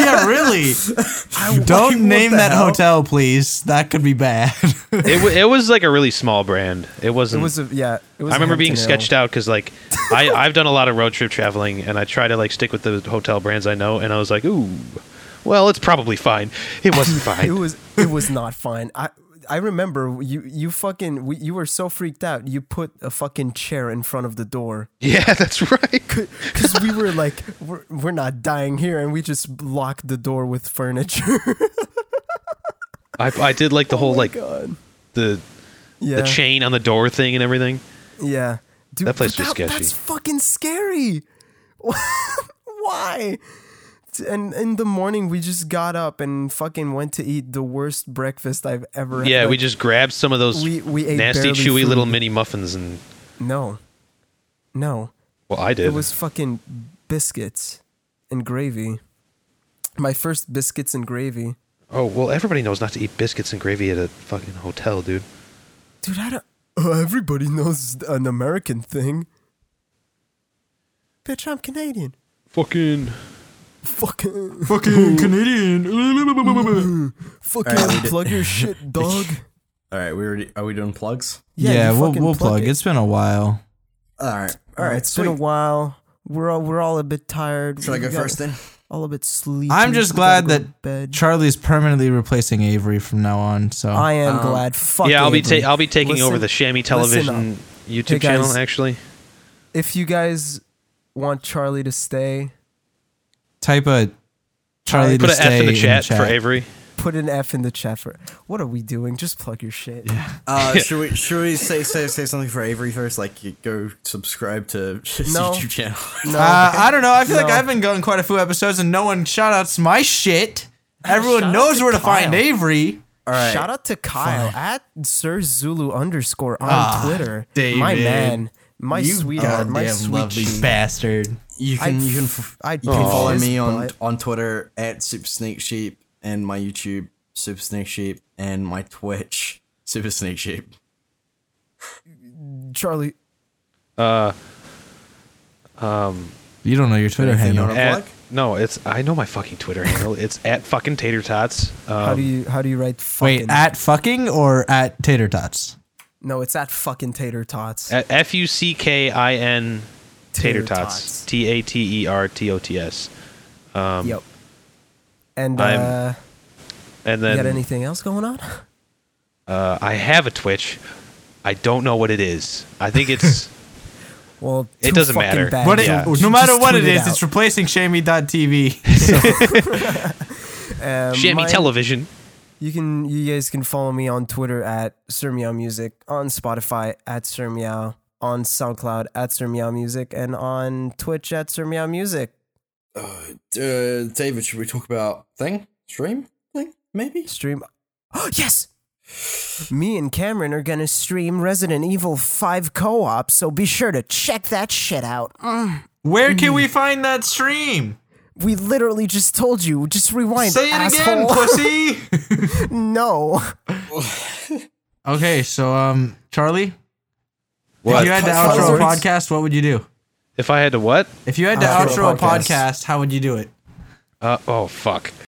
C: [LAUGHS] yeah, really.
E: like, what
C: Don't name
E: the
C: that
E: hell?
C: hotel, please. That could be bad.
D: It, w- it was like a really small brand. It
B: it
D: wasn't.
B: was a, yeah, it was
D: I remember being
B: Hampton Inn.
D: sketched out
B: [LAUGHS]
D: because like I I've done a lot of road trip traveling and I try to like stick with the hotel brands I know and I was like ooh, well it's probably fine.
B: [LAUGHS]
D: It wasn't
B: It
D: fine.
B: was it was not fine. I I remember you you fucking we, you were so freaked out. You put a fucking chair in front of the door
D: yeah, [LAUGHS] that's right.
B: because we were like we're, we're not dying here, and we just locked the door with furniture. [LAUGHS]
D: I I did like the whole like
B: Oh God.
D: the
B: Yeah.
D: the chain on the door thing and everything.
B: Yeah. Dude,
D: That place
B: but
D: was sketchy.
B: That's fucking scary. [LAUGHS] Why? And in the morning, we just got up and fucking went to eat the worst breakfast I've ever.
D: Yeah, we
B: like,
D: just grabbed some of those
B: We- we ate
D: nasty
B: barely
D: chewy
B: food.
D: little mini muffins and
B: no, no.
D: well I did.
B: It was fucking biscuits and gravy. My first biscuits and gravy.
D: oh well everybody knows not to eat biscuits and gravy at a fucking hotel, dude.
B: Dude, I don't. Oh, everybody knows it's an American thing. Bitch, I'm Canadian.
D: Fucking
B: Fucking. [LAUGHS]
C: Fucking Canadian.
B: Fucking
E: All right, we did-
B: plug your
C: [LAUGHS]
B: shit, dog.
E: All right, we already, are we doing plugs?
C: yeah,
B: you
C: we'll,
B: fucking
C: we'll plug.
B: it.
C: It's been a while.
E: All right, all
B: All
E: right.
B: right, it's been a while. We're all we're all a bit tired.
E: Should
B: We
E: I go
B: got
E: first [LAUGHS] then?
B: All a bit sleepy.
C: I'm just
B: We
C: glad
B: gotta go to
C: that
B: bed.
C: Charlie's permanently replacing Avery from now on. So
B: I am glad. Fuck
D: yeah, I'll be
B: Avery.
D: ta- I'll be taking over
B: Listen-
D: the Shammy
B: listen
D: Television
B: up.
D: YouTube
B: Hey, guys.
D: channel actually.
B: If you guys want Charlie to stay,
C: type a Charlie
D: Put
C: to
D: an F
C: stay
D: in the chat,
C: chat.
D: for Avery.
B: put an F in the chat for. What are we doing? Just plug your shit.
E: Uh, should we should we say say say something for Avery first? Like you go subscribe to [LAUGHS] his
B: No.
E: YouTube channel.
B: No,
C: Uh, I don't know. I feel like
B: No.
C: I've been going quite a few episodes and no one shout outs my shit. Everyone
B: Shout out
C: knows
B: to
C: where to
B: Kyle.
C: find Avery.
E: All right.
B: Shout out to Kyle at Sir Zulu underscore on Twitter. My
C: David.
B: man, my
E: Ah, You
B: sweetheart, my
E: goddamn
B: sweet.
E: lovely
B: cheek.
C: Bastard.
E: You can
B: I'd
E: you can
B: f-
E: f- Oh.
B: I'd
E: you can
B: kiss
E: follow
B: his
E: me on
B: butt.
E: on Twitter at Super Snake Sheep and my YouTube Super Snake Sheep and my Twitch Super Snake Sheep.
B: Charlie.
C: You don't know your Twitter
E: Anything you
C: handle.
E: wanna
D: At,
E: plug?
D: no, it's I know my fucking Twitter handle. It's at fucking tater tots.
B: How
D: Um,
B: do you how do you write fucking?
C: Wait, at fucking or at tater tots?
B: no, it's at fucking tater tots.
D: at F U C K I N tater
B: Tater
D: tots.
B: Tots.
D: T A T E R T O T S.
E: um,
B: yep. And
D: I'm-
B: uh,
D: And
B: you got
D: then
B: anything else going on? [LAUGHS]
D: uh, I have a Twitch. I don't know what it is. I
B: [LAUGHS]
D: think it's
B: Well,
D: It
B: too
D: doesn't
B: fucking
D: matter.
B: bad,
C: But
B: you
C: it,
D: Yeah.
B: know.
C: no
B: Just
C: matter what
B: tweet
C: it is,
B: out.
C: it's replacing shammy.tv.
B: Um,
D: Shammy
B: mine-
D: Television.
B: You can you guys can follow me on Twitter at Sir Meow Music, on Spotify at Sir Meow, on SoundCloud at Sir Meow Music, and on Twitch at Sir Meow Music.
E: Uh, David, should we talk about thing stream thing maybe?
B: Stream. [GASPS] Oh yes. Me and Cameron are gonna stream Resident Evil 5 co-op, so be sure to check that shit out. Mm.
C: Where can we find that stream?
B: We literally just told you. Just rewind.
C: Say it again,
B: asshole.
C: pussy.
B: [LAUGHS] no.
C: [LAUGHS] okay, so um, Charlie,
D: What?
C: if you had to
B: Cut
C: outro a
B: forwards?
C: podcast, what would you do?
D: If I had to what?
C: If you had to
B: Outro a
C: outro a
B: podcast.
C: podcast, how would you do it?
D: Uh, oh fuck.